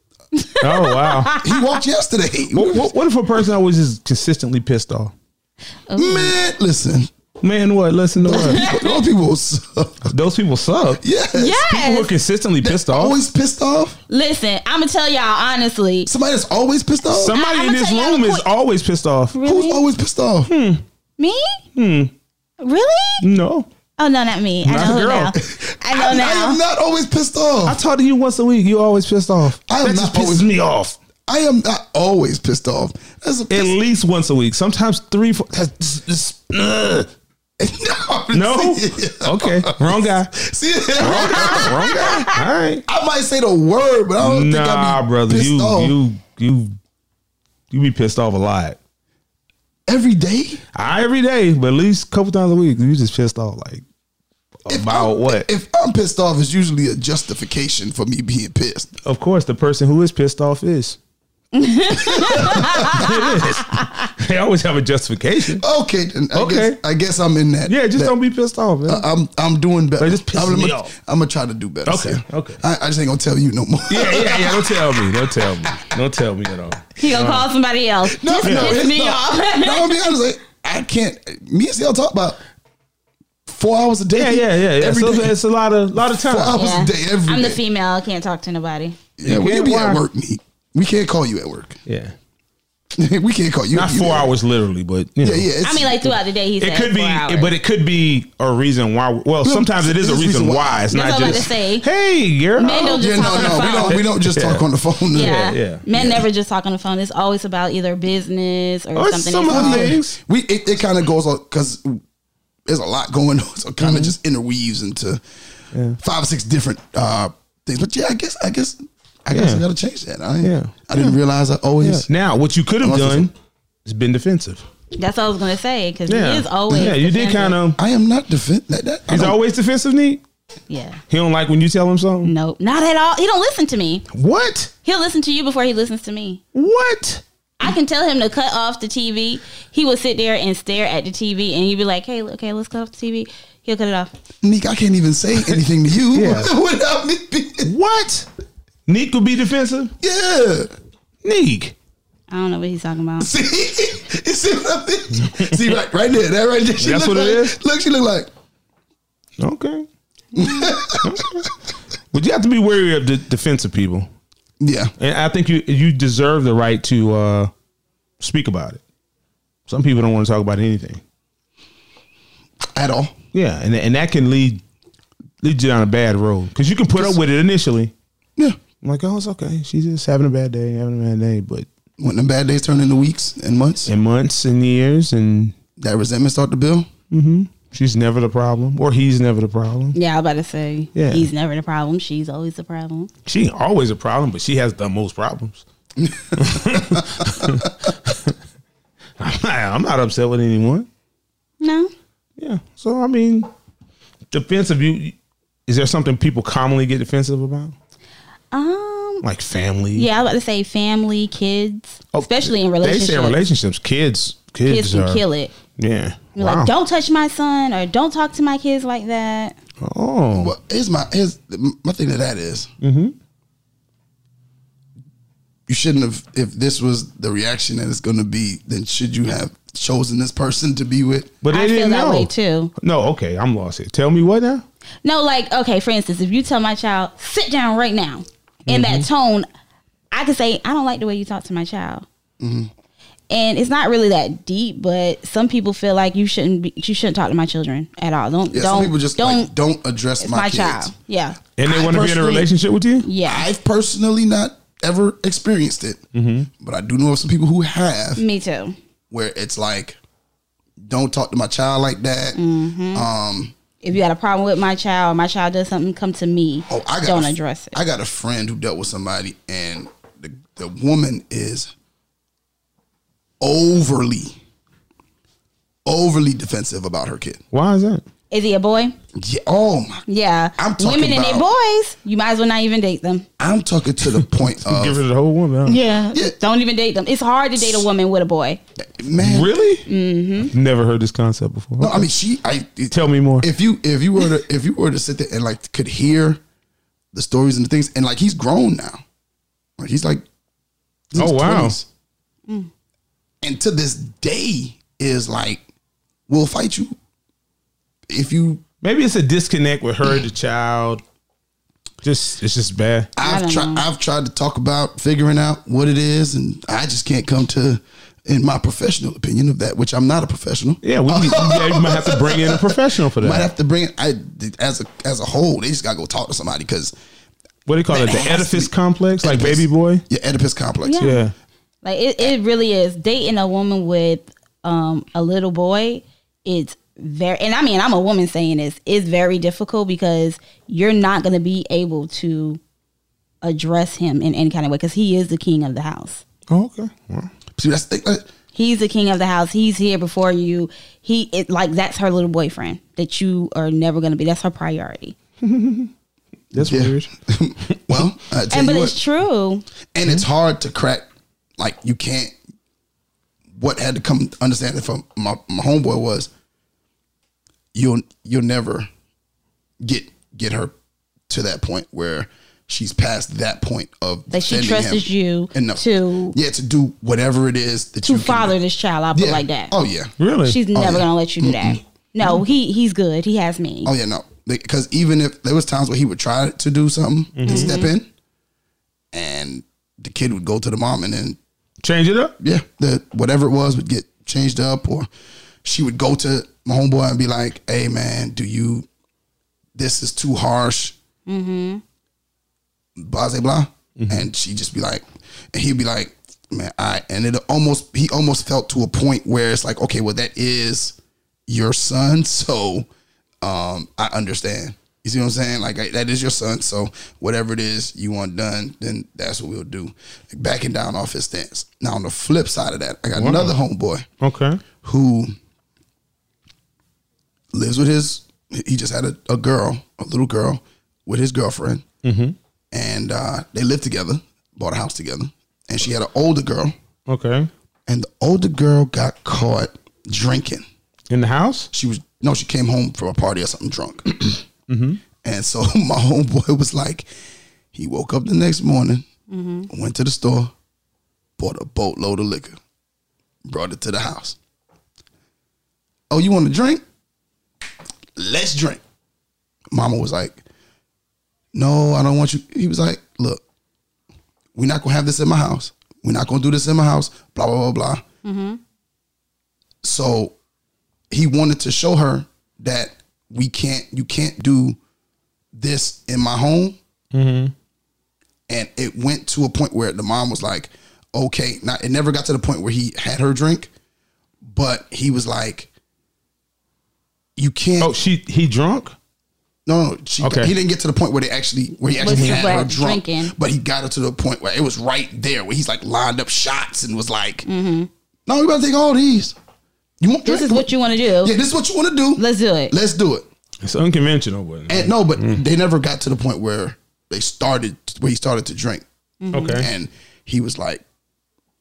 S2: Oh wow.
S4: He walked yesterday.
S2: what, what, what if a person always is consistently pissed off?
S4: Man, listen.
S2: Man, what? Listen to what?
S4: Those people suck.
S2: Those people suck.
S4: Yes.
S2: People who are
S3: Yes.
S2: consistently pissed off.
S4: Always pissed off.
S3: Listen, I'm gonna tell y'all honestly.
S4: Somebody that's always pissed off.
S2: Somebody
S3: I-
S2: in
S3: I'ma
S2: this
S3: tell y'all
S2: room
S3: a
S2: is
S3: quick-
S2: always pissed off.
S4: Who's always pissed off?
S2: Hmm.
S3: Me? Really?
S2: No.
S3: Oh no, not me. I
S2: Not
S3: know
S2: the
S3: who
S2: girl.
S3: now. I know
S4: I,
S3: now.
S4: am not always pissed
S2: I
S4: off.
S2: talk to you once a week. You always pissed off.
S4: I am
S2: that just
S4: not
S2: pisses
S4: always-
S2: me off.
S4: I am not always pissed off. That's a
S2: At
S4: piss.
S2: least once a week. Sometimes three, four. that's- that's- that's- ugh. No.
S4: no.
S2: Okay. Wrong guy.
S4: See,
S2: Wrong guy. Wrong guy. All right.
S4: I might say the word, but I don't think I'll
S2: Nah,
S4: be
S2: brother.
S4: pissed
S2: You
S4: off
S2: you you you be pissed off a lot.
S4: every day.
S2: I every day, but at least a couple times a week, you just pissed off. Like about
S4: I'm,
S2: what?
S4: If I'm pissed off, it's usually a justification for me being pissed.
S2: of course, the person who is pissed off is. it is. They always have a justification.
S4: Okay, then I
S2: Okay.
S4: Guess, I guess I'm in that.
S2: Yeah, just
S4: that-
S2: don't be pissed off, man.
S4: I'm I'm doing better.
S2: Like, just pissing
S4: I'm,
S2: me
S4: gonna-
S2: off.
S4: I'm gonna try to do better.
S2: Okay,
S4: Sam.
S2: okay.
S4: I, I just ain't gonna tell you no more.
S2: yeah, yeah, yeah. Don't tell me. Don't tell me. Don't tell me at all.
S3: he gonna call somebody else.
S4: no,
S3: Just
S4: no,
S3: piss
S4: it's
S3: me
S4: not.
S3: off.
S4: no, I'll be honest. Like, I can't. Me and CL talk about four hours a day.
S2: Yeah, yeah, yeah. yeah.
S4: every
S2: So
S4: day.
S2: it's a lot of lot of time.
S4: Four hours a day. Every
S3: I'm the
S4: day.
S3: female. I can't talk to nobody.
S4: yeah, when you
S2: can't
S4: be at
S2: work.
S4: work, me. We can't call you at work.
S2: Yeah,
S4: we can't call you.
S2: not
S4: you
S2: four
S4: at work.
S2: hours literally, but you know.
S4: Yeah, yeah. it's-
S3: I mean, like throughout the day, he
S2: It
S3: said
S2: could be,
S3: four hours.
S2: but it could be a reason why. Well, sometimes it is a reason why. It's
S3: That's
S2: not
S3: all I was
S2: just
S3: about to say.
S2: hey, girl.
S3: Men don't
S4: yeah,
S3: just talk
S4: no,
S3: on
S4: no.
S3: the
S4: We
S3: phone.
S4: don't. We don't just talk
S2: Yeah.
S4: on the phone.
S3: yeah.
S2: yeah.
S3: men never just talk on the phone. It's always about either business or,
S2: Or
S3: something.
S2: some
S3: else.
S2: other things.
S4: we it, it kind of goes on because there's a lot going on, so kind of
S2: Mm-hmm.
S4: just interweaves into five or six different uh things. But yeah, I guess I guess I guess
S2: Yeah.
S4: I gotta change that. I
S2: Yeah.
S4: I didn't realize I always
S2: Now, what you could have
S4: Unless it's
S2: done is been defensive.
S3: That's what I was gonna say because
S2: Yeah,
S3: he is always.
S2: yeah. You did
S3: defensive.
S2: kind of.
S4: I am not defend that. that I
S2: He's
S4: don't-
S2: always defensive. Neat.
S3: Yeah.
S2: He don't like when you tell him something.
S3: Nope. Not at all. He don't listen to me.
S2: What?
S3: He'll listen to you before he listens to me.
S2: What?
S3: I can tell him to cut off the TV. He will sit there and stare at the TV, and you'd be like, "Hey, okay, let's cut off the TV." He'll cut it off.
S4: Nick, I can't even say anything to you
S2: Yeah.
S4: without me. Being,
S2: What? Neek could be defensive.
S4: Yeah.
S2: Neek.
S3: I don't know what he's talking about.
S4: See, you see what I'm thinking? See right, right there, that right there. She
S2: That's
S4: look
S2: what
S4: like,
S2: it is?
S4: Look, she look like.
S2: Okay. but you have to be wary of the defensive people,
S4: Yeah,
S2: and I think you you deserve the right to uh, speak about it. Some people don't want to talk about anything.
S4: at all.
S2: Yeah, and and that can lead lead you down a bad road because you can put up with it initially.
S4: Yeah.
S2: I'm like, oh, it's okay. She's just having a bad day, having a bad day. But
S4: When the bad days turn into weeks and months,
S2: in months and years, and
S4: that resentment start to build.
S2: she's never the problem, or he's never the problem.
S3: Yeah, I was about to say
S2: Yeah.
S3: he's never the problem. She's always the problem.
S2: She ain't always a problem, but she has the most problems. I'm, not, I'm not upset with anyone.
S3: No,
S2: Yeah. So I mean, defensive. You is there something people commonly get defensive about,
S3: um,
S2: like family?
S3: yeah, I was about to say family, kids,
S2: Oh,
S3: especially in
S2: They
S3: relationships.
S2: say in relationships, kids, kids,
S3: kids can
S2: are-
S3: kill it.
S2: Yeah.
S3: You're like, don't touch my son, or don't talk to my kids like that.
S2: Oh.
S4: Well, here's my here's my thing to that is,
S2: Mm-hmm.
S4: You shouldn't have. If this was the reaction that it's going to be, then should you have chosen this person to be with?
S2: But they
S3: I feel
S2: didn't
S3: that
S2: know.
S3: way too.
S2: No, okay, I'm lost here. Tell me what now?
S3: No, like okay, for instance, if you tell my child sit down right now in that
S2: Mm-hmm.
S3: tone, I could say I don't like the way you talk to my child.
S2: Mm-hmm.
S3: And it's not really that deep, but some people feel like you shouldn't be, you shouldn't talk to my children at all. Don't
S4: Yeah,
S3: don't
S4: some people just
S3: don't
S4: like, don't address
S3: it's
S4: my,
S3: my,
S4: kids.
S3: child. Yeah,
S2: And they
S4: I
S2: want to be in a
S4: personally-
S2: relationship with you?
S3: yeah.
S4: I've personally not ever experienced it,
S3: Mm-hmm.
S4: but I do know of some people who have.
S3: Me too.
S4: where it's like, don't talk to my child like that.
S3: Mm.
S4: Um,
S3: If you had a problem with my child, my child does something, come to me.
S4: oh, I got
S3: don't
S4: a-
S3: address it.
S4: I got a friend who dealt with somebody, and the the woman is overly, overly defensive about her kid.
S2: Why is that?
S3: Is he a boy?
S4: Yeah, oh my!
S3: Yeah.
S4: I'm talking
S3: women and their
S4: about-
S3: boys. You might as well not even date them.
S4: I'm talking to the point
S2: Give her
S4: of
S2: the whole woman. huh?
S3: Yeah. Don't even date them. It's hard to date a woman with a boy.
S4: man.
S2: Really? Mm-hmm. Never heard this concept before.
S4: No, I mean she. I it-
S2: Tell me more.
S4: if you if you were to if you were to sit there and like could hear the stories and the things and like he's grown now like he's like he's
S2: Oh, wow.
S4: and to this day is like we'll fight you if you
S2: Maybe it's a disconnect with her, the child. Just it's just bad.
S4: I've tried I've tried to talk about figuring out what it is and I just can't come to in my professional opinion of that which I'm not a professional
S2: Yeah, we yeah, you might have to bring in a professional for
S4: might
S2: that.
S4: have to bring it I as a as a whole they just gotta go talk to somebody because
S2: What do you call it?
S4: It
S2: The
S4: has to
S2: edifice
S4: be-
S2: complex? Like baby boy?
S4: your Oedipus
S3: Yeah.
S4: complex
S2: Yeah.
S3: Like it, it really is. Dating a woman with um a little boy, it's very and I mean I'm a woman saying this, it's very difficult because you're not gonna be able to address him in any kind of way because he is the king of the house.
S2: Oh, okay. Well,
S4: see that's the thing like,
S3: He's the king of the house. He's here before you. He it like that's her little boyfriend that you are never gonna be. That's her priority.
S2: that's
S4: Yeah.
S2: weird.
S4: Well, I tell
S3: And but
S4: you
S3: it's
S4: what,
S3: true.
S4: and it's
S3: Mm-hmm.
S4: hard to crack. Like you can't. What had to come understanding from my, my homeboy was, you'll you'll never get get her to that point where she's past that point of
S3: Like she
S4: defending
S3: trusts
S4: him
S3: you
S4: enough
S3: to-
S4: yeah to do whatever it is that
S3: To
S4: you can-
S3: father this child, I'll put
S4: yeah.
S3: like that.
S4: Oh yeah,
S2: Really?
S3: She's never gonna let you do that. No, he he's good. He has me.
S4: Oh yeah, no. Because even if there was times where he would try to do something and step in, and the kid would go to the mom and then
S2: Change it up.
S4: yeah, the whatever it was would get changed up, or she would go to my homeboy and be like, "Hey, man, do you? This is too harsh." Mm-hmm. Blah blah blah, and she'd just be like, and he'd be like, "Man, I." And it almost he almost felt to a point where it's like, okay, well that is your son, so um, I understand. You see what I'm saying? Like I- that is your son, so whatever it is you want done, then that's what we'll do. Backing down off his stance. Now on the flip side of that, I got another homeboy
S2: Okay.
S4: who lives with his he just had a, a girl a little girl with his girlfriend and uh, they lived together bought a house together and she had an older girl
S2: Okay.
S4: and the older girl got caught drinking
S2: In the house?
S4: she was no she came home from a party or something drunk and so my homeboy was like He woke up the next morning, went to the store, bought a boatload of liquor, brought it to the house. Oh, you want to drink? Let's drink. Mama was like, No, I don't want you. He was like, Look, we're not gonna have this in my house. We're not gonna do this in my house. Blah blah blah blah. So he wanted to show her that we can't, you can't do this in my home. And it went to a point where the mom was like, okay, not, it never got to the point where he had her drink, but he was like, you can't.
S2: Oh, she he drunk?
S4: No, no, she,
S2: Okay.
S4: he didn't get to the point where they actually where he actually
S3: Was
S4: had her
S3: drunk.
S4: drunk,
S3: Drinking.
S4: but he got her to the point where it was right there where he's like lined up shots and was like, "No, we about to take all these. You want
S3: Mm-hmm. This
S4: drink?
S3: is what you want to do.
S4: Yeah, this is what you want to do.
S3: Let's do it.
S4: Let's do it."
S2: It's unconventional, but
S4: And no, but they never got to the point where they started where he started to drink,
S2: okay.
S4: and he was like,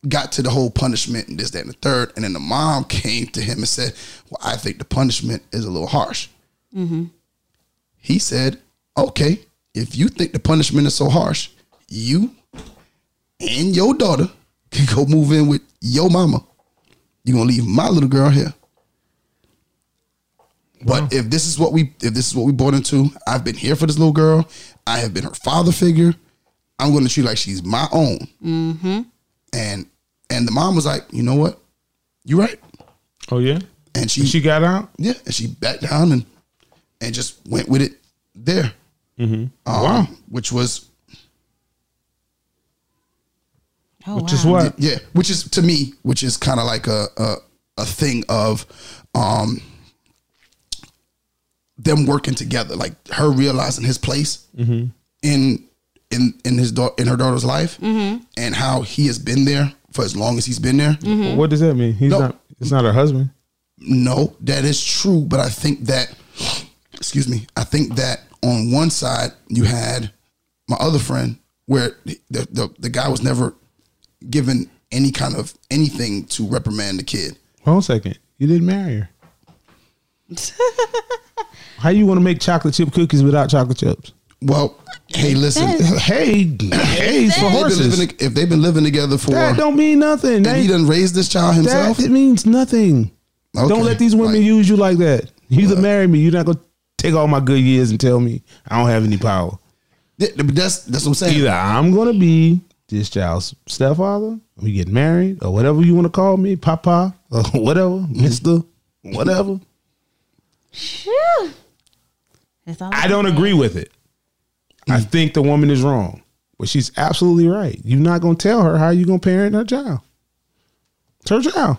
S4: got to the whole punishment and this, that, and the third, and then the mom came to him and said, "Well, I think the punishment is a little harsh." He said, "Okay, if you think the punishment is so harsh, you and your daughter can go move in with your mama. You're gonna leave my little girl here." But if this is what we if this is what we bought into, I've been here for this little girl. I have been her father figure. I'm going to treat her like she's my own. Mm-hmm. And and the mom was like, you know what, you right.
S2: Oh yeah.
S4: And she,
S2: She got out.
S4: yeah, and she backed down and and just went with it there. Mm-hmm. wow, which was
S3: Oh,
S2: Which is
S3: wow.
S2: what
S4: yeah, which is to me, which is kind of like a, a a thing of um them working together, like her realizing his place in in in his daughter in her daughter's life, and how he has been there for as long as he's been there.
S2: What does that mean? He's
S4: Mm-hmm. No.
S2: not. It's not her husband.
S4: No, that is true, but I think that excuse me, I think that on one side you had my other friend where the the, the guy was never given any kind of anything to reprimand the kid.
S2: Hold on a second. You didn't marry her. How you want to make chocolate chip cookies without chocolate chips?
S4: Well, hey, listen,
S3: That
S4: if
S3: is-
S2: Hey, hey, for
S4: they've, been
S2: horses.
S4: living, if they've been living together for,
S2: That
S4: and
S2: don't mean nothing. That,
S4: he done raised this child
S2: that
S4: himself.
S2: it means nothing.
S4: Okay,
S2: Don't let these women
S4: like-
S2: use you like that. You either marry me, you're not gonna take all my good years and tell me I don't have any power.
S4: Th- but that's that's what I'm saying.
S2: Either I'm gonna be this child's stepfather, we get married, or whatever you want to call me, Papa, or whatever, Mister, whatever.
S3: Phew. That's all
S2: I don't agree with it. I think the woman is wrong, but she's absolutely right. You're not going to tell her how you're going to parent her child. It's her child.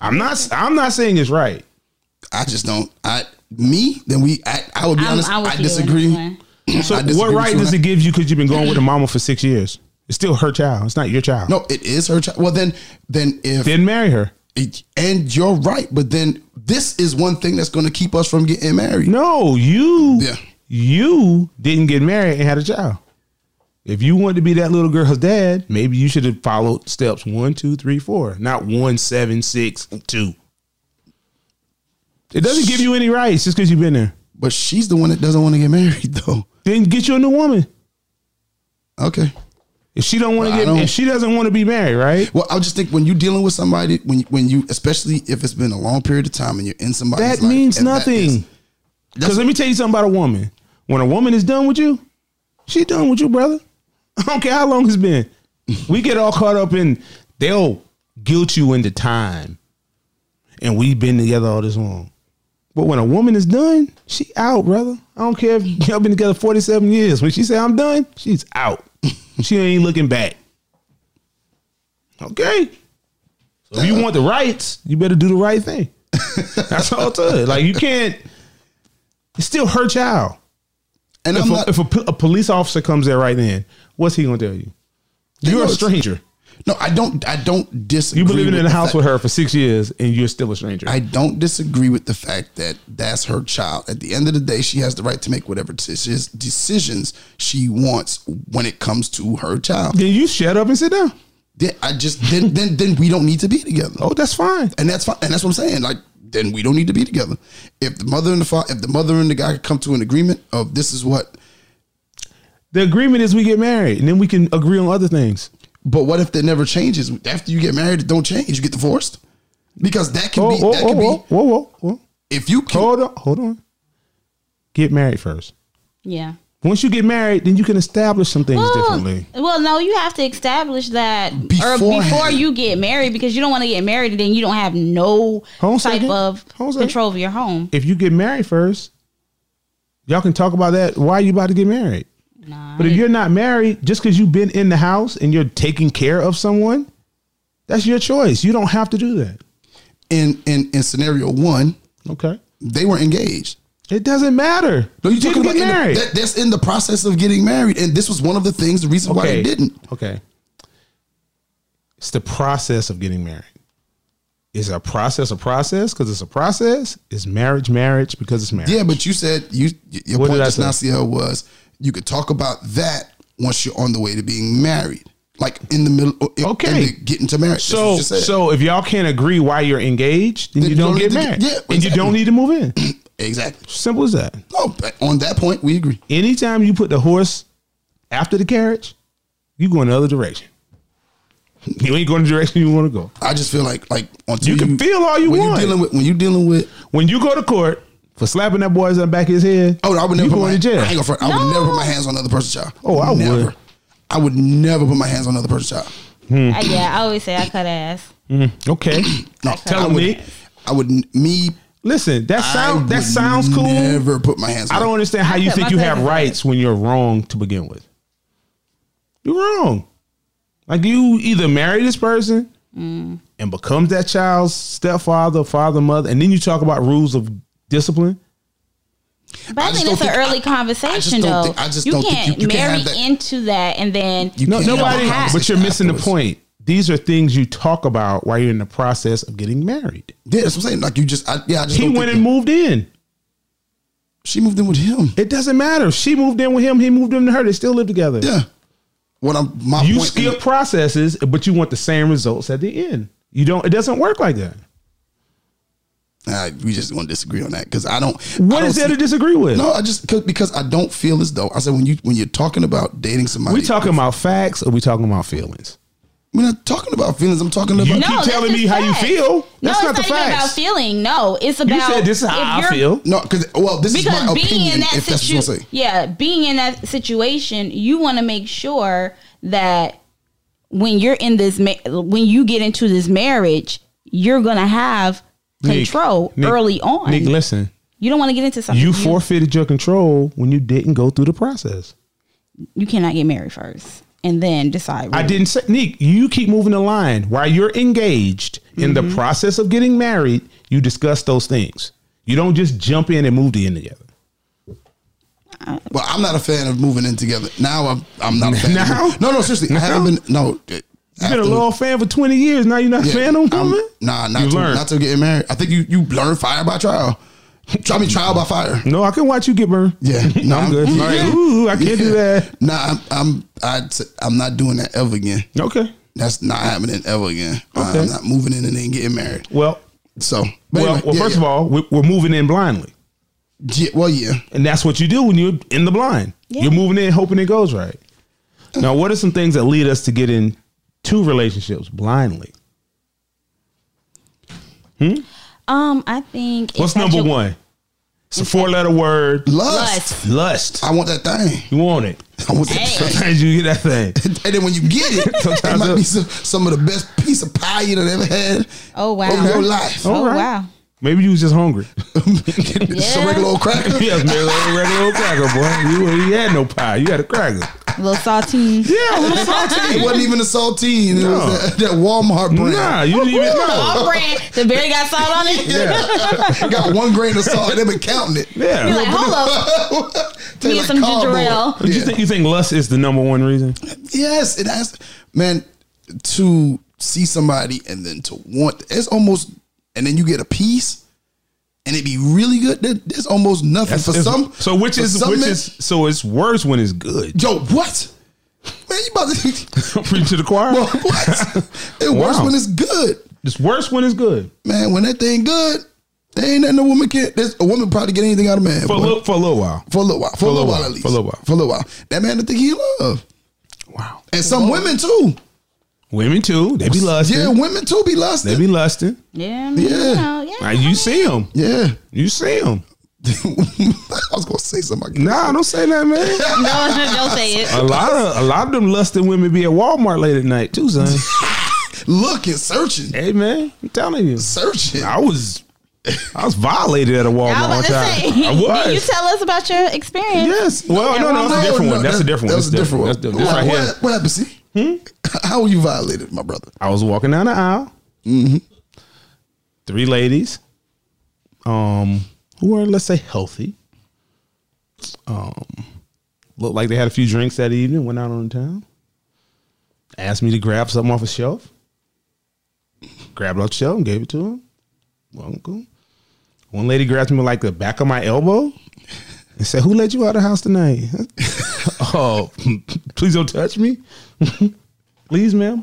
S2: I'm not. I'm not saying it's right.
S4: I just don't. I me then we. I, I would be
S3: I'm-
S4: honest.
S3: I'm with
S4: I
S3: you
S4: disagree.
S3: on
S2: So
S4: I disagree
S2: what
S4: with
S2: right
S4: you on
S2: does
S4: that.
S2: it give you because you've been going with a mama for six years? It's still her child. It's not your child.
S4: No, it is her child. Well, then then if
S2: Then marry her.
S4: and you're right, but then this is one thing that's going to keep us from getting married.
S2: No, you.
S4: Yeah.
S2: You didn't get married and had a child. If you wanted to be that little girl's dad, maybe you should have followed steps one, two, three, four, not one, seven, six, two. It doesn't give you any rights just because you've been there.
S4: But she's the one that doesn't want to get married, though.
S2: Then get you a new woman.
S4: Okay.
S2: If she don't want
S4: Well, I
S2: to
S4: don't-
S2: get, if she doesn't want to be married, right?
S4: Well, I just think when you're dealing with somebody, when when you, especially if it's been a long period of time and you're in somebody's
S2: That
S4: life,
S2: means
S4: and that is-
S2: nothing. Because let me tell you something about a woman. When a woman is done with you, she done with you, brother. I don't care how long it's been. We get all caught up in they'll guilt you into time. And we've been together all this long. But when a woman is done, she out, brother. I don't care if y'all been together 47 years. When she say I'm done, she's out. she ain't looking back. Okay. So if you want the rights, you better do the right thing. That's all to it. Like you can't. It's still her child.
S4: and
S2: If,
S4: I'm
S2: a,
S4: not.
S2: if a, po- a police officer comes there right then, what's he gonna tell you? You're a
S4: knows.
S2: stranger.
S4: no, I don't. I don't disagree.
S2: You've been living in
S4: the
S2: a house
S4: fact-
S2: with her for six years, and you're still a stranger.
S4: I don't disagree with the fact that that's her child. At the end of the day, she has the right to make whatever decis- decisions she wants when it comes to her child.
S2: then you shut up and sit down.
S4: Then I just then then then we don't need to be together.
S2: Oh, that's fine.
S4: and that's fine. And that's what I'm saying. Like, then we don't need to be together. If the mother and the father, if the mother and the guy could come to an agreement of this is what
S2: The agreement is we get married and then we can agree on other things.
S4: But what if that never changes? After you get married, it don't change. You get divorced because that can
S2: Oh,
S4: be
S2: oh,
S4: that
S2: oh,
S4: can be
S2: oh, whoa, whoa, whoa.
S4: if you can,
S2: Hold on, hold on. Get married first.
S3: Yeah.
S2: Once you get married, then you can establish some things
S3: Well,
S2: differently.
S3: well, no, you have to establish that or
S4: Beforehand.
S3: before you get married because you don't want to get married and then you don't have no
S2: Hold on a
S3: type
S2: second.
S3: of
S2: Hold on a second.
S3: control of your home.
S2: If you get married first, y'all can talk about that. Why are you about to get married?
S3: Nah,
S2: But if you're not married, just because you've been in the house and you're taking care of someone, that's your choice. You don't have to do that.
S4: in in in scenario one,
S2: Okay.
S4: they were engaged.
S2: It doesn't matter.
S4: No, you
S2: didn't
S4: talking about
S2: get
S4: in the-
S2: married.
S4: that, that's in the process of getting married, and this was one of the things, the reason why they didn't.
S2: Okay. It's the process of getting married. Is a process a process because it's a process? Is marriage marriage because it's marriage?
S4: Yeah, but you said you y- your
S2: What
S4: point
S2: did I
S4: just
S2: say?
S4: now, CL, was you could talk about that once you're on the way to being married, like in the middle, or in-
S2: Okay.
S4: in the getting to marriage. That's what
S2: So
S4: you just said.
S2: so if y'all can't agree why you're engaged, then,
S4: Then
S2: you
S4: you
S2: don't
S4: don't
S2: get
S4: need to
S2: married.
S4: get- yeah,
S2: and you don't
S4: exactly.
S2: need to move in.
S4: exactly.
S2: Simple as that.
S4: No, but on that point, we agree.
S2: Anytime you put the horse after the carriage, you go in the other direction. You ain't going the direction you want to go.
S4: I just feel like like until
S2: You can feel all you
S4: when
S2: want.
S4: You dealing with when you dealing with.
S2: When you go to court for slapping that boy's on the back of his head,
S4: Oh, I would never
S2: you
S4: put
S2: going
S4: my,
S2: to jail.
S4: I, ain't gonna front, I would never put my hands on another person's child.
S2: Oh, I would.
S4: never. I would never put my hands on another person's child.
S3: I, yeah, I always say I cut ass.
S2: Okay.
S4: No,
S2: Tell
S4: I
S2: him,
S4: would,
S2: Nick.
S4: I would me.
S2: Listen, that
S4: I
S2: sound that
S4: would
S2: sounds cool.
S4: Never put my hands. On
S2: I don't understand how
S3: I
S2: you
S3: put
S2: think
S3: my
S2: you have
S3: cousin on
S2: rights when you're wrong to begin with. You're wrong. Like you either marry this person
S3: Mm.
S2: and becomes that child's stepfather, father, mother, and then you talk about rules of discipline.
S3: But I,
S4: I just
S3: think
S4: don't
S3: it's an
S4: think- I- I
S3: early
S4: just
S3: conversation,
S4: don't
S3: though.
S4: think- I just
S3: you
S4: don't think
S3: can't
S4: you- you can't
S3: marry
S4: have that-
S3: into that and then
S4: You
S2: No,
S4: can't have a
S2: nobody.
S3: conversation
S2: But you're missing the
S4: afterwards.
S2: point. These are things you talk about while you're in the process of getting married.
S4: Yeah, that's what I'm saying. Like you just, I, yeah, I just.
S2: He
S4: don't
S2: went
S4: think
S2: and moved in.
S4: She moved in with him.
S2: It doesn't matter. She moved in with him. He moved in to her. They still live together.
S4: Yeah. What I'm my
S2: you
S4: point
S2: skip processes, but you want the same results at the end. You don't. It doesn't work like that.
S4: Nah, we just going to disagree on that because I don't.
S2: What
S4: I
S2: is there
S4: don't
S2: to
S4: see-
S2: disagree with?
S4: No, I just cause, because I don't feel as though I said when you when you're talking about dating somebody,
S2: we talking about facts or we talking about feelings?
S4: We're not talking about feelings. I'm talking
S2: You
S4: about
S2: keep
S3: that's
S2: telling me
S3: just
S2: how you
S3: facts.
S2: feel. That's
S3: no,
S2: not the
S3: it's not even
S2: facts.
S3: about feeling. No, it's about
S2: You said this is
S3: if
S2: how I
S3: you're-
S2: feel.
S4: no, because well, this is
S3: because
S4: my
S3: being
S4: opinion.
S3: in that
S4: if that's what you're saying.
S3: situation, yeah, being in that situation, you want to make sure that when you're in this, ma- when you get into this marriage, you're gonna have
S2: Nick,
S3: control
S2: Nick,
S3: early on.
S2: Nick, listen.
S3: you don't want to get into something.
S2: You forfeited your control when you didn't go through the process.
S3: you cannot get married first and then decide.
S2: I
S3: whether-
S2: didn't say, Nick. You keep moving the line while you're engaged in
S4: Mm-hmm.
S2: the process of getting married. You discuss those things. You don't just jump in and move the end together.
S4: Well, I'm not a fan of moving in together. Now I'm I'm not a fan. of-
S2: Now?
S4: no, no, seriously, I haven't been. No, you've
S2: You've been a law fan for twenty years. Now you're not a fan of women.
S4: Nah,
S2: You
S4: not to,
S2: learned.
S4: not to getting married. I think you you learn fire by trial. I mean trial by fire.
S2: No, I can watch you get burned.
S4: Yeah,
S2: no, I'm good. All right. Ooh, I can't do that.
S4: Nah, I'm I'm I'd say- I'm not doing that ever again.
S2: Okay.
S4: That's not happening ever again. Uh, I'm
S2: Okay.
S4: not moving in and then getting married.
S2: Well,
S4: So, but
S2: well,
S4: anyway,
S2: well
S4: yeah,
S2: first
S4: yeah.
S2: of all, we, we're moving in blindly,
S4: yeah, well, yeah,
S2: and that's what you do when you're in the blind.
S3: Yeah.
S2: You're moving in, hoping it goes right. Now, what are some things that lead us to get in two relationships blindly?
S3: Um, I think
S2: What's
S3: infatu-
S2: number one? It's a four-letter word.
S3: Lust.
S4: lust.
S2: Lust.
S4: I want that thing.
S2: You want it.
S4: I want that
S3: Hey.
S4: thing.
S2: Sometimes you get that thing.
S4: And then when you get it, it
S2: Sometimes
S4: might
S2: it-
S4: be some, some of the best piece of pie you'd have ever had
S3: Oh wow.
S4: in your life.
S3: Oh
S2: All right.
S3: wow.
S2: Maybe you was just hungry.
S4: Just a regular old cracker.
S2: yeah, man, like a regular old cracker, boy. You, you had no pie. You had a cracker.
S3: little saltine.
S2: Yeah, a little saltine.
S4: It wasn't even a saltine. It
S2: No.
S4: was that, that Walmart brand.
S2: Nah, you didn't even know.
S3: All brand. The berry got salt on it.
S2: Yeah.
S4: It got one grain of salt. They've been counting it.
S3: You're
S2: Yeah.
S3: like, hold up.
S4: Tastes
S3: Me and some ginger
S4: cardboard.
S3: ale.
S2: But you
S4: Yeah.
S2: think you think lust is the number one reason?
S4: Yes, it has. Man, to see somebody and then to want it's almost, and then you get a piece, and it be really good. There, there's almost nothing for
S2: It's-
S4: some.
S2: so which
S4: for
S2: is
S4: some
S2: which
S4: men-
S2: is so it's worse when it's good.
S4: yo what? Man, you about to
S2: Preach to the choir.
S4: Bro, what? It works
S2: Wow.
S4: when it's good,
S2: it's worse when it's good.
S4: man. When that thing good, There ain't nothing a woman can't. There's, a woman probably get anything out of a man
S2: for a
S4: boy.
S2: little, for a little while.
S4: for a little while. For, a little while, at least.
S2: for a little while.
S4: For a little while. That man to think he in love.
S2: Wow.
S4: And some women too.
S2: Women too. They be lusting.
S4: Yeah, women too be lusting.
S2: They be lusting.
S3: Yeah, I mean, you
S4: Yeah.
S3: know, yeah.
S2: Now, you see them.
S4: yeah.
S2: You see them.
S4: I was gonna say something.
S2: Nah, don't say that, man.
S3: Don't, don't say it.
S2: A lot of a lot of them lusting women be at Walmart late at night too, son.
S4: Looking, searching,
S2: hey, man, I'm telling you,
S4: searching.
S2: I was I was violated at a Walmart
S3: I
S2: one
S3: was about
S2: time.
S3: to say.
S2: I
S3: Did you
S2: was.
S3: tell us about your experience?
S2: Yes. Well, no, no, that's a different one. That's a different one.
S4: That was a
S2: That's
S4: different one.
S2: That's different. This right Hmm?
S4: what,
S2: here.
S4: what happened? See, how were you violated, my brother?
S2: I was walking down the aisle. Three ladies, um, who were let's say healthy. Um, looked like they had a few drinks that evening. Went out on the town. Asked me to grab something off a shelf. Grabbed off the shelf and gave it to them. Well, cool. One lady grabbed me with like the back of my elbow and said, "Who let you out of the house tonight?" oh, please don't touch me, please, ma'am.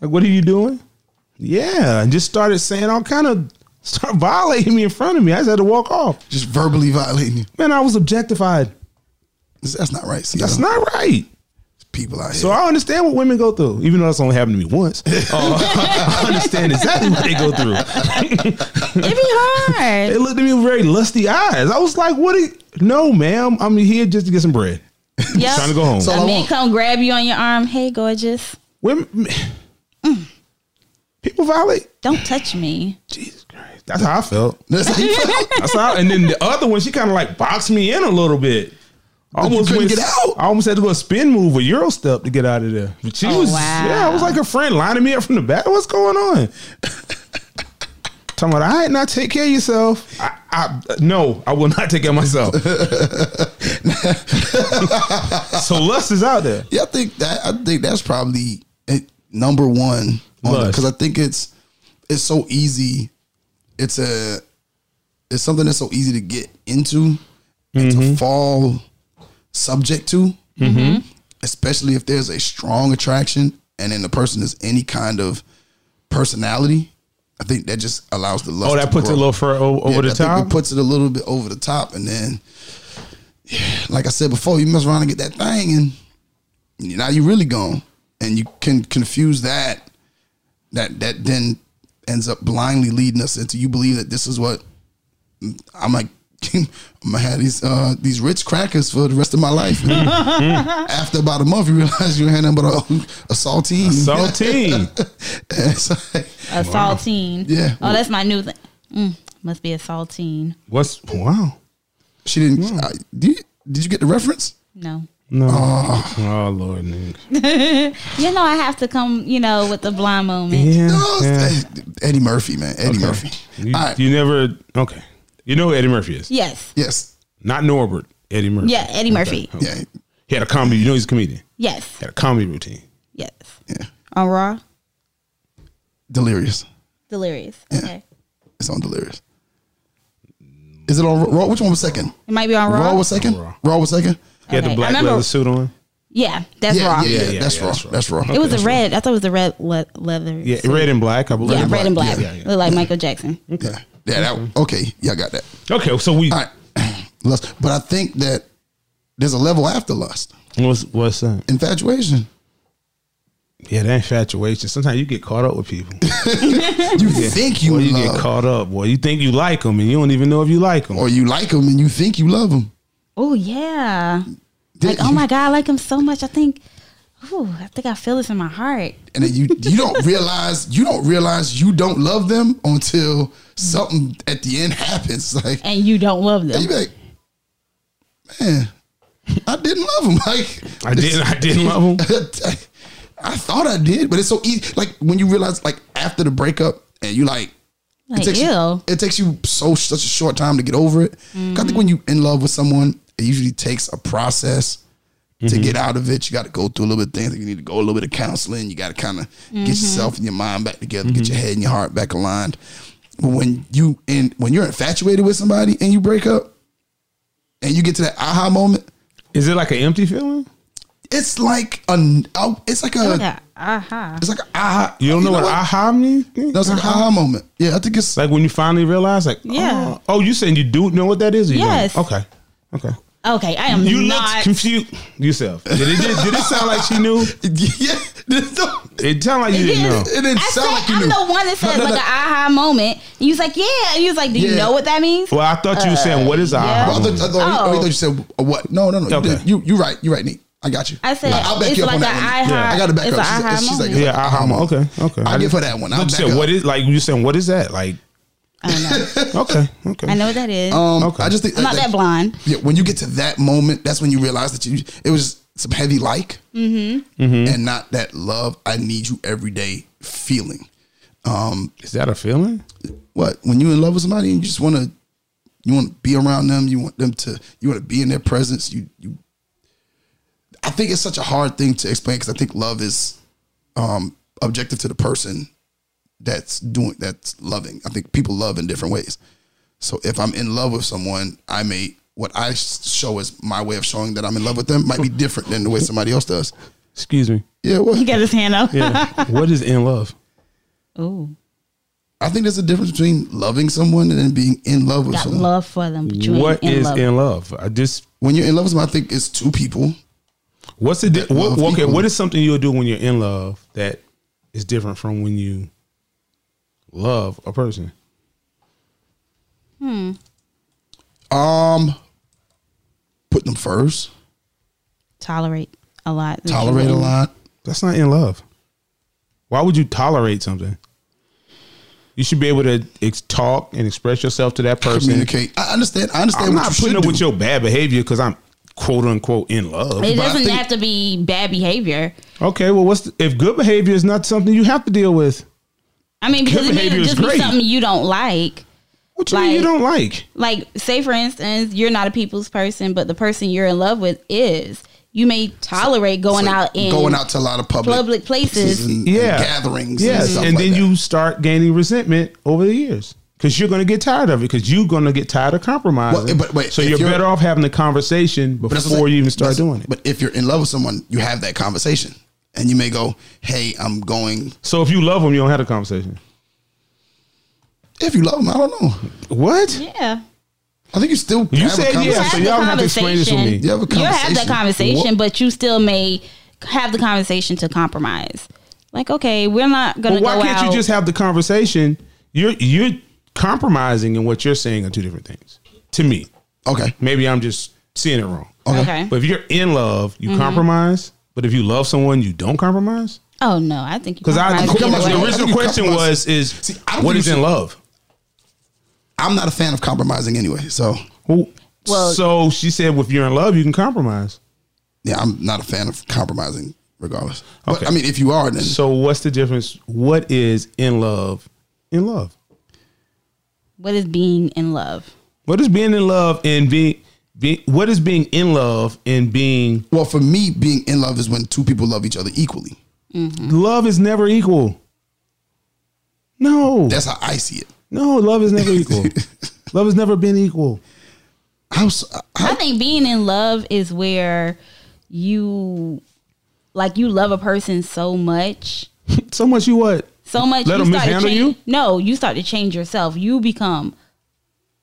S2: Like, what are you doing? Yeah, and just started saying all kind of start violating me in front of me. I just had to walk off.
S4: Just verbally violating you.
S2: Man, I was objectified.
S4: That's not right. See,
S2: That's
S4: you know,
S2: not right.
S4: people out here.
S2: So I understand what women go through, even though that's only happened to me once. Uh, I understand exactly what they go through.
S3: It'd be
S2: they
S3: hard.
S2: looked at me with very lusty eyes. I was like, "What? Are you? No, ma'am. I'm here just to get some bread.
S3: yep.
S2: Trying to go home."
S4: So- All I
S3: A man
S4: want.
S3: come grab you on your arm. Hey, gorgeous.
S2: women, people violate.
S3: Don't touch me.
S2: Jesus Christ, that's how I felt.
S4: That's how you felt.
S2: I saw, and then the other one, she kind of like boxed me in a little bit. Almost
S4: couldn't
S2: went-
S4: get out?
S2: I almost had to go a spin move or euro step to get out of there. But she
S3: Oh,
S2: was,
S3: wow.
S2: yeah, I was like a friend lining me up from the back. What's going on? Talking about, all right, now take care of yourself. I, I no, I will not take care of myself. so lust is out there.
S4: Yeah, I think that I think that's probably it, number one
S2: Lust.
S4: because I think it's it's so easy. It's a it's something that's so easy to get into and
S2: Mm-hmm.
S4: to fall subject to, especially if there's a strong attraction and then the person is any kind of personality. I think that just allows the lust.
S2: Oh, that
S4: to
S2: puts it a
S4: grow.
S2: little fur o-
S4: Yeah,
S2: over the
S4: I think
S2: top.
S4: It puts it a little bit over the top, and then, yeah, like I said before, you mess around and get that thing, and you- now you really gone, and you can confuse that. That that then ends up blindly leading us into you believe that this is what I'm like. I'm gonna have these uh, these rich crackers for the rest of my life. And After about a month, you realize you had nothing but a, a saltine.
S2: Saltine.
S4: And it's like,
S3: A saltine.
S4: Yeah.
S3: Oh, that's my new thing. Mm, must be a saltine.
S2: What's wow?
S4: she didn't.
S2: Hmm.
S4: Uh, did, you, did you get the reference?
S3: No.
S2: No. Oh, Lord, nigga.
S3: You know I have to come, you know, with the blind moment.
S2: Yeah.
S4: No,
S2: yeah.
S4: it's- eh, Eddie Murphy, man. Eddie Murphy.
S2: You,
S4: All right.
S2: you never okay. You know who Eddie Murphy is
S3: Yes.
S4: yes.
S2: not Norbert. Eddie Murphy.
S3: Yeah, Eddie Murphy.
S4: Yeah.
S2: He had a comedy. You know he's a comedian.
S3: Yes.
S2: Had a comedy routine.
S3: Yes.
S4: Yeah.
S3: On Raw?
S4: Delirious.
S3: Delirious. Okay.
S4: It's on Delirious. Is it on Ra- Raw? Which one was second?
S3: It might be on Raw.
S4: Raw, was second.
S2: Raw.
S4: Raw, was second.
S2: He had
S3: Okay,
S2: the
S3: I
S2: black
S3: remember-
S2: leather suit on.
S3: yeah, that's
S4: yeah,
S3: Raw.
S4: yeah, yeah,
S2: yeah,
S4: That's
S2: yeah,
S4: Raw.
S2: that's Raw.
S4: That's Raw.
S3: It was a red. I thought it was the red le- leather.
S2: Yeah, red and black. I believe.
S3: Yeah, red and black.
S2: Yeah, yeah,
S3: Look like Michael Jackson.
S4: Yeah. Yeah.
S2: Mm-hmm.
S4: That, okay. Y'all got that.
S2: yeah. Okay, so we
S4: All right. Lust. But I think that there's a level after lust,
S2: what's what's that?
S4: infatuation.
S2: Yeah, that infatuation. Sometimes you get caught up with people.
S4: You think you,
S2: Or you
S4: love,
S2: get caught up. Boy, you think you like them, and you don't even know if you like them.
S4: or you like them and you think you love them.
S3: Oh yeah. Like oh my god, I like him so much. I think, ooh, I think I feel this in my heart.
S4: and then you you don't realize you don't realize you don't love them until something at the end happens. Like
S3: And you don't love
S4: and
S3: them.
S4: you be like, man, I didn't love them. Like
S2: I didn't. I didn't love them.
S4: I thought I did, but it's so easy. Like when you realize, like after the breakup, and you like,
S3: Like
S4: takes
S3: ew.
S4: you, it takes you so such a short time to get over it. 'Cause I think when you in love with someone, it usually takes a process to get out of it. You got to go through a little bit of things. You need to go a little bit of counseling. You got to kind of
S3: Mm-hmm.
S4: get yourself and your mind back together, get your head and your heart back aligned. But when you in when you're infatuated with somebody and you break up, and you get to that aha moment,
S2: Is it like an empty feeling?
S4: It's like an. oh, It's like a.
S3: Yeah. Aha.
S4: It's like a aha.
S2: You don't know, what, aha means?
S4: That's like an
S3: Uh-huh.
S4: aha moment. Yeah, I think it's.
S2: Like when you finally realize, like,
S3: Yeah.
S2: yeah. Oh, you saying you do know what that is? Or you don't?
S3: Yes.
S2: Okay. Okay.
S3: Okay, I am
S2: You
S3: not.
S2: looked confused yourself. Did it, did, did it sound like she knew?
S4: yeah.
S2: It sounded like you
S3: It
S2: didn't know.
S3: is.
S4: It didn't
S3: I
S4: sound
S3: said,
S4: like you
S3: I'm
S4: knew.
S3: the one that
S4: No,
S3: said
S4: no,
S3: like
S4: no.
S3: an aha moment. And you was like, yeah. And you was like, do you
S4: Yeah.
S3: know what that means?
S2: Well, I thought you were saying, what is a
S3: yeah.
S2: aha?
S4: I thought, I
S2: moment?
S4: thought, you- oh. you
S3: Oh.
S4: thought you said uh, what? No, no, no. You
S2: Okay.
S4: did- You, you, right. You're right, Nate. I got you.
S3: I said,
S4: I'll back
S3: it's
S4: you up on
S3: like
S4: that
S3: a
S4: one.
S3: aha-
S4: I got to back
S3: it's
S4: her up.
S3: a
S4: She's,
S3: aha
S4: like- she's like,
S3: moment.
S4: it's
S2: Yeah,
S4: like an
S2: aha. moment. Okay, okay.
S4: I'll
S2: I
S4: give
S2: didn't-
S4: her that one. I'll
S2: Thought you
S4: back
S2: said,
S4: her
S2: what is, like, you saying, what is that? Like,
S3: I don't know.
S2: okay, okay.
S3: I know what that is.
S4: Um,
S2: Okay.
S4: I just think
S3: I'm not that blonde.
S4: Yeah, when you get to that moment, that's when you realize that you it was some heavy like,
S3: Mm-hmm.
S2: Mm-hmm.
S4: and not that love. I need you every day feeling.
S2: Is that a feeling?
S4: What when you in love with somebody and you just want to, you want to be around them. You want them to. You want to be in their presence. You you. I think it's such a hard thing to explain because I think love is um, objective to the person that's doing that's loving. I think people love in different ways. So if I'm in love with someone, I may what I s- show as my way of showing that I'm in love with them might be different than the way somebody else does.
S2: Excuse me.
S4: Yeah, well,
S3: He got his hand up.
S2: Yeah. what is in love?
S3: Ooh,
S4: I think there's a difference between loving someone and then being in love with
S3: got
S4: someone.
S3: love for them. But you
S2: What
S3: ain't in
S2: is
S3: love.
S2: in love? I just
S4: When you're in love with someone, I think it's two people.
S2: what's the di- what,
S4: love
S2: okay?
S4: equals-
S2: What is something you'll do when you're in love that is different from when you love a person?
S4: Um, put them first,
S3: Tolerate a lot. that you
S4: tolerate a
S2: Mm-hmm.
S3: wouldn't.
S4: lot.
S2: That's not in love. Why would you tolerate something? You should be able to ex- talk and express yourself to that person.
S4: Communicate. I understand. I understand.
S2: I'm
S4: what
S2: not
S4: you
S2: putting
S4: should
S2: up
S4: do.
S2: with your bad behavior because I'm quote unquote in love.
S3: It
S4: But I
S3: doesn't
S4: think-
S3: have to be bad behavior.
S2: Okay, well, what's the, if good behavior is not something you have to deal with?
S3: I mean, because it may
S2: behavior is
S3: just be
S2: great.
S3: something you don't like.
S2: What you mean you
S3: Like-
S2: don't like?
S3: Like, say for instance, you're not a people's person, but the person you're in love with is. You may tolerate going
S4: Like,
S3: out in
S4: going out to a lot of public
S3: public places.
S4: and,
S2: Yeah,
S4: and gatherings. and,
S2: Yes,
S4: stuff
S2: and,
S4: like
S2: then
S4: that.
S2: you start gaining resentment over the years because you're going to get tired of it because you're going to get tired of compromising.
S4: Well, but- but
S2: so
S4: if
S2: you're,
S4: you're-
S2: better off having the conversation
S4: But that's what I'm
S2: before
S4: saying.
S2: you even start
S4: That's-
S2: doing it.
S4: But if you're in love with someone, you have that conversation, and you may go, "Hey, I'm going."
S2: so if you love them, you don't have the conversation.
S4: If you love them, I don't know.
S2: What?
S3: Yeah.
S4: I think you still
S2: You
S4: have a
S2: said yes,
S4: conversation.
S2: Yeah, so y'all don't have to explain this to me.
S4: You have a
S3: You'll have that
S4: conversation.
S3: conversation, but you still may have the conversation to compromise. Like, okay, we're not gonna
S2: But why
S3: go
S2: can't
S3: out.
S2: you just have the conversation? You're you're compromising in what you're saying are two different things. To me,
S4: Okay.
S2: maybe I'm just seeing it wrong.
S4: Okay. Mm-hmm.
S3: okay?
S2: But if you're in love, you compromise. But if you love someone, you don't compromise.
S3: oh no, I think you
S2: Because I,
S3: compromise
S2: the,
S4: think
S3: either
S4: I'm-
S3: way.
S4: I
S2: original
S4: think you
S2: question
S4: compromise.
S2: was is
S4: See, I don't
S2: what
S4: think
S2: is
S4: you
S2: in
S4: should-
S2: love?
S4: I'm not a fan of compromising anyway, so
S2: Well,
S3: Well-
S2: so she said, if you're in love, you can compromise.
S4: yeah, I'm not a fan of compromising, regardless. But
S2: Okay.
S4: I mean, if you are, then
S2: So what's the difference? What is in love? In love.
S3: What is being in love?
S2: What is being in love and being, being what is being in love and being
S4: well, for me, being in love is when two people love each other equally.
S2: love is never equal. No.
S4: That's how I see it.
S2: no, love is never equal. love has never been equal.
S4: How, s- how-
S3: I think being in love is where you like you love a person so much,
S2: So much you what?
S3: so much.
S2: Let
S3: you
S2: them
S3: start to
S2: mishandle
S3: change-
S2: you?
S3: No, you start to change yourself. You become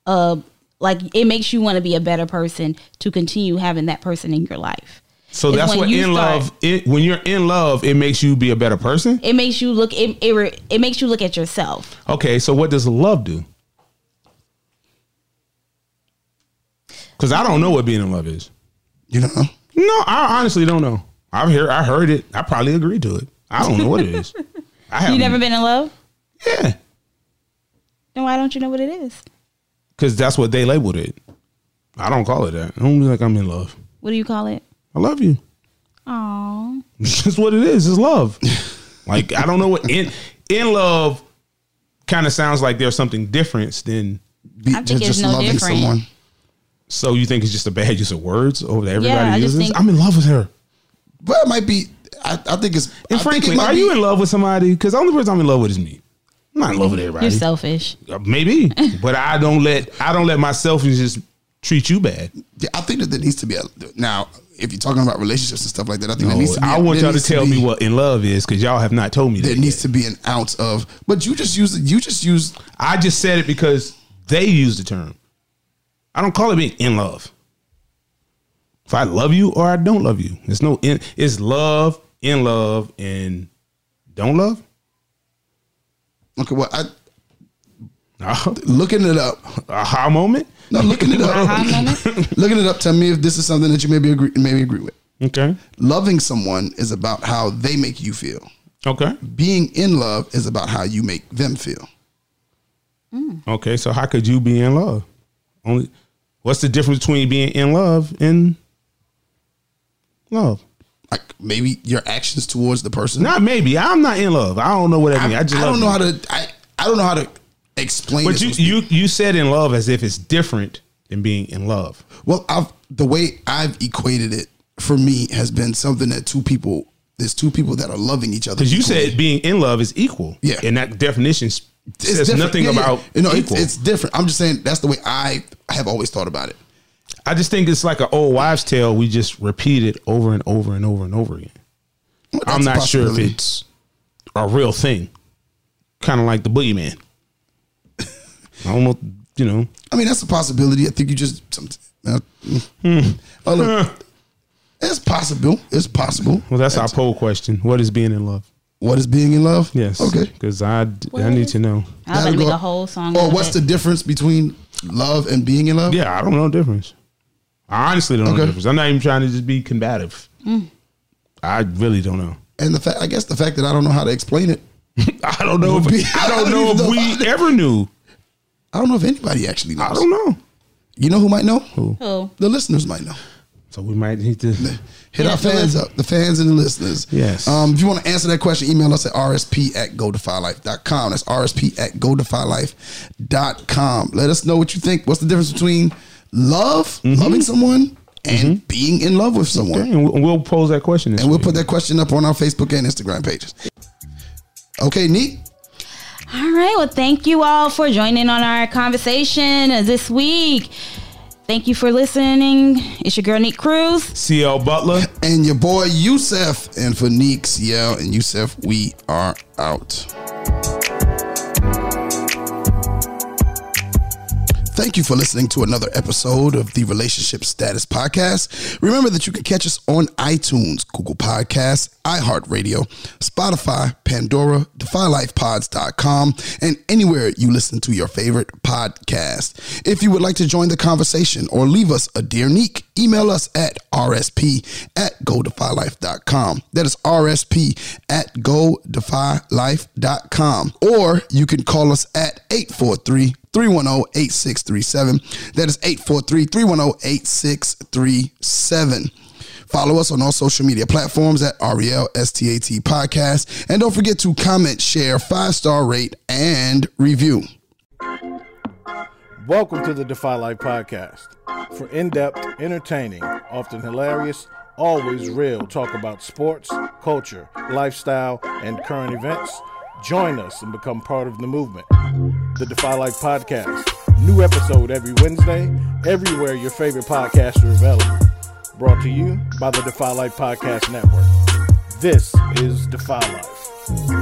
S3: a like it makes you want to be a better person to continue having that person in your life.
S2: So
S3: It's
S2: that's
S3: when
S2: what
S3: you
S2: in
S3: start-
S2: love. It, when you're in love, it makes you be a better person.
S3: It makes you look. It it, re- it makes you look at yourself.
S2: Okay, so what does love do? Because I don't know what being in love is.
S4: you know?
S2: No, I honestly don't know. I've heard, I heard it. I probably agree to it. I don't know what it is. I have
S3: You never been in love?
S2: Yeah,
S3: Then why don't you know what it is?
S2: because that's what they labeled it. I don't call it that. I don't be like I'm in love.
S3: What do you call it?
S2: I love you.
S3: Oh,
S2: It's just what it is. It's love. Like I don't know what in in love kind of sounds like there's something different than.
S4: Be,
S3: I think it's no different.
S2: So you think it's just a bad use of words over that everybody
S3: I just
S2: uses?
S3: think-
S2: I'm in love with her.
S4: but it might be. I, I think it's.
S2: And
S4: I think it
S2: frankly,
S4: might
S2: are
S4: be-
S2: you in love with somebody? Because the only person I'm in love with is me. I'm not in love with everybody.
S3: you're selfish.
S2: Uh, Maybe, but I don't let I don't let my selfishness treat you bad.
S4: Yeah, I think that there needs to be a now. If you're talking about relationships and stuff like that, I think there needs to be.
S2: Oh, I want
S4: there
S2: y'all to
S4: needs
S2: tell
S4: be-
S2: me what in love is because y'all have not told me
S4: There
S2: that.
S4: needs to be an ounce of, but you just use you just use
S2: I just said it because they use the term. I don't call it being in love. If I love you or I don't love you, it's no in. It's love, in love, and don't love.
S4: okay. Well, I
S2: Ah,
S4: looking it up.
S2: Aha moment.
S4: No, looking it
S3: Aha
S4: up.
S3: moment.
S4: looking it up. Tell me if this is something that you maybe agree maybe agree with.
S2: Okay.
S4: Loving someone is about how they make you feel.
S2: Okay.
S4: Being in love is about how you make them feel.
S2: Okay. So how could you be in love? Only. What's the difference between being in love and love?
S4: Like maybe your actions towards the person.
S2: Not maybe. I'm not in love. I don't know what that
S4: I,
S2: means. I just
S4: I
S2: love
S4: don't know
S2: you.
S4: how to. I, I don't know how to explain.
S2: But
S4: this
S2: you,
S4: to
S2: you you said in love as if it's different than being in love.
S4: Well, I've the way I've equated it for me has been something that two people there's two people that are loving each other.
S2: Because you
S4: equally.
S2: said being in love is equal.
S4: Yeah.
S2: And that definition s-
S4: It's
S2: says
S4: different.
S2: nothing
S4: Yeah, yeah.
S2: about
S4: You know, it's-
S2: equal.
S4: It's, different. I'm just saying that's the way I have always thought about it.
S2: I just think it's like an old wives' tale. We just repeat it over and over and over and over again.
S4: That's
S2: I'm
S4: a
S2: not sure if
S4: possibility.
S2: it's a real thing. Kind of like the boogeyman. I don't know. You know,
S4: I mean, that's a possibility. I think you just. Some, uh, mm.
S2: Hmm.
S4: Oh, look. It's possible. It's possible.
S2: well, that's our poll question. What is being in love?
S4: What is being in love?
S2: Yes.
S4: Okay.
S2: Because I, d- I need to know.
S3: I'm about
S4: That'll
S3: to make
S4: go-
S3: a whole
S2: Oh,
S3: song.
S4: Or
S3: out of
S4: what's
S3: it.
S4: the difference between love and being in love?
S2: Yeah, I don't know the difference. I honestly don't know the
S4: Okay.
S2: difference. I'm not even trying to just be combative. I really don't know.
S4: And the fact, I guess, the fact that I don't know how to explain it.
S2: I don't know if
S4: Be-
S2: I
S4: I
S2: don't
S4: don't
S2: know
S4: even
S2: if
S4: know
S2: we
S4: either.
S2: ever knew.
S4: I don't know if anybody actually knows.
S2: I don't know.
S4: You know who might know?
S3: Who?
S4: The listeners might know.
S2: So we might need to.
S4: Hit
S3: Yeah,
S4: our
S3: the
S4: fans
S3: lis-
S4: up, the fans and the listeners.
S2: Yes.
S4: Um, if you want to answer that question, email us at rsp at godefylife.com. That's rsp at godefylife.com. Let us know what you think. What's the difference between love,
S2: Mm-hmm.
S4: loving someone, and being in love with someone?
S2: And we'll- we'll pose that question.
S4: And we'll put that question up on our Facebook and Instagram pages. Okay, neat.
S3: All right. Well, thank you all for joining on our conversation this week. Thank you for listening. It's your girl, Nick Cruz.
S2: CL Butler.
S4: And your boy Yusef. And for Neek, CL, and Yusef, we are out. Thank you for listening to another episode of the Relationship Status Podcast. Remember that you can catch us on iTunes, Google Podcasts, iHeartRadio, Spotify, Pandora, DefyLifePods.com, and anywhere you listen to your favorite podcast. If you would like to join the conversation or leave us a dear nick, email us at rsp at godefylife.com. That is rsp at godefylife.com. Or you can call us at 843- 310-8637. That is 843-310-8637. Follow us on all social media platforms at REL STAT Podcast. And don't forget to comment, share, five-star rate, and review.
S5: Welcome to the Defy Life Podcast for in depth, entertaining, often hilarious, always real talk about sports, culture, lifestyle, and current events. Join us and become part of the movement. The Defy Life Podcast. New episode every Wednesday, everywhere your favorite podcasts are available. Brought to you by the Defy Life Podcast Network. This is Defy Life.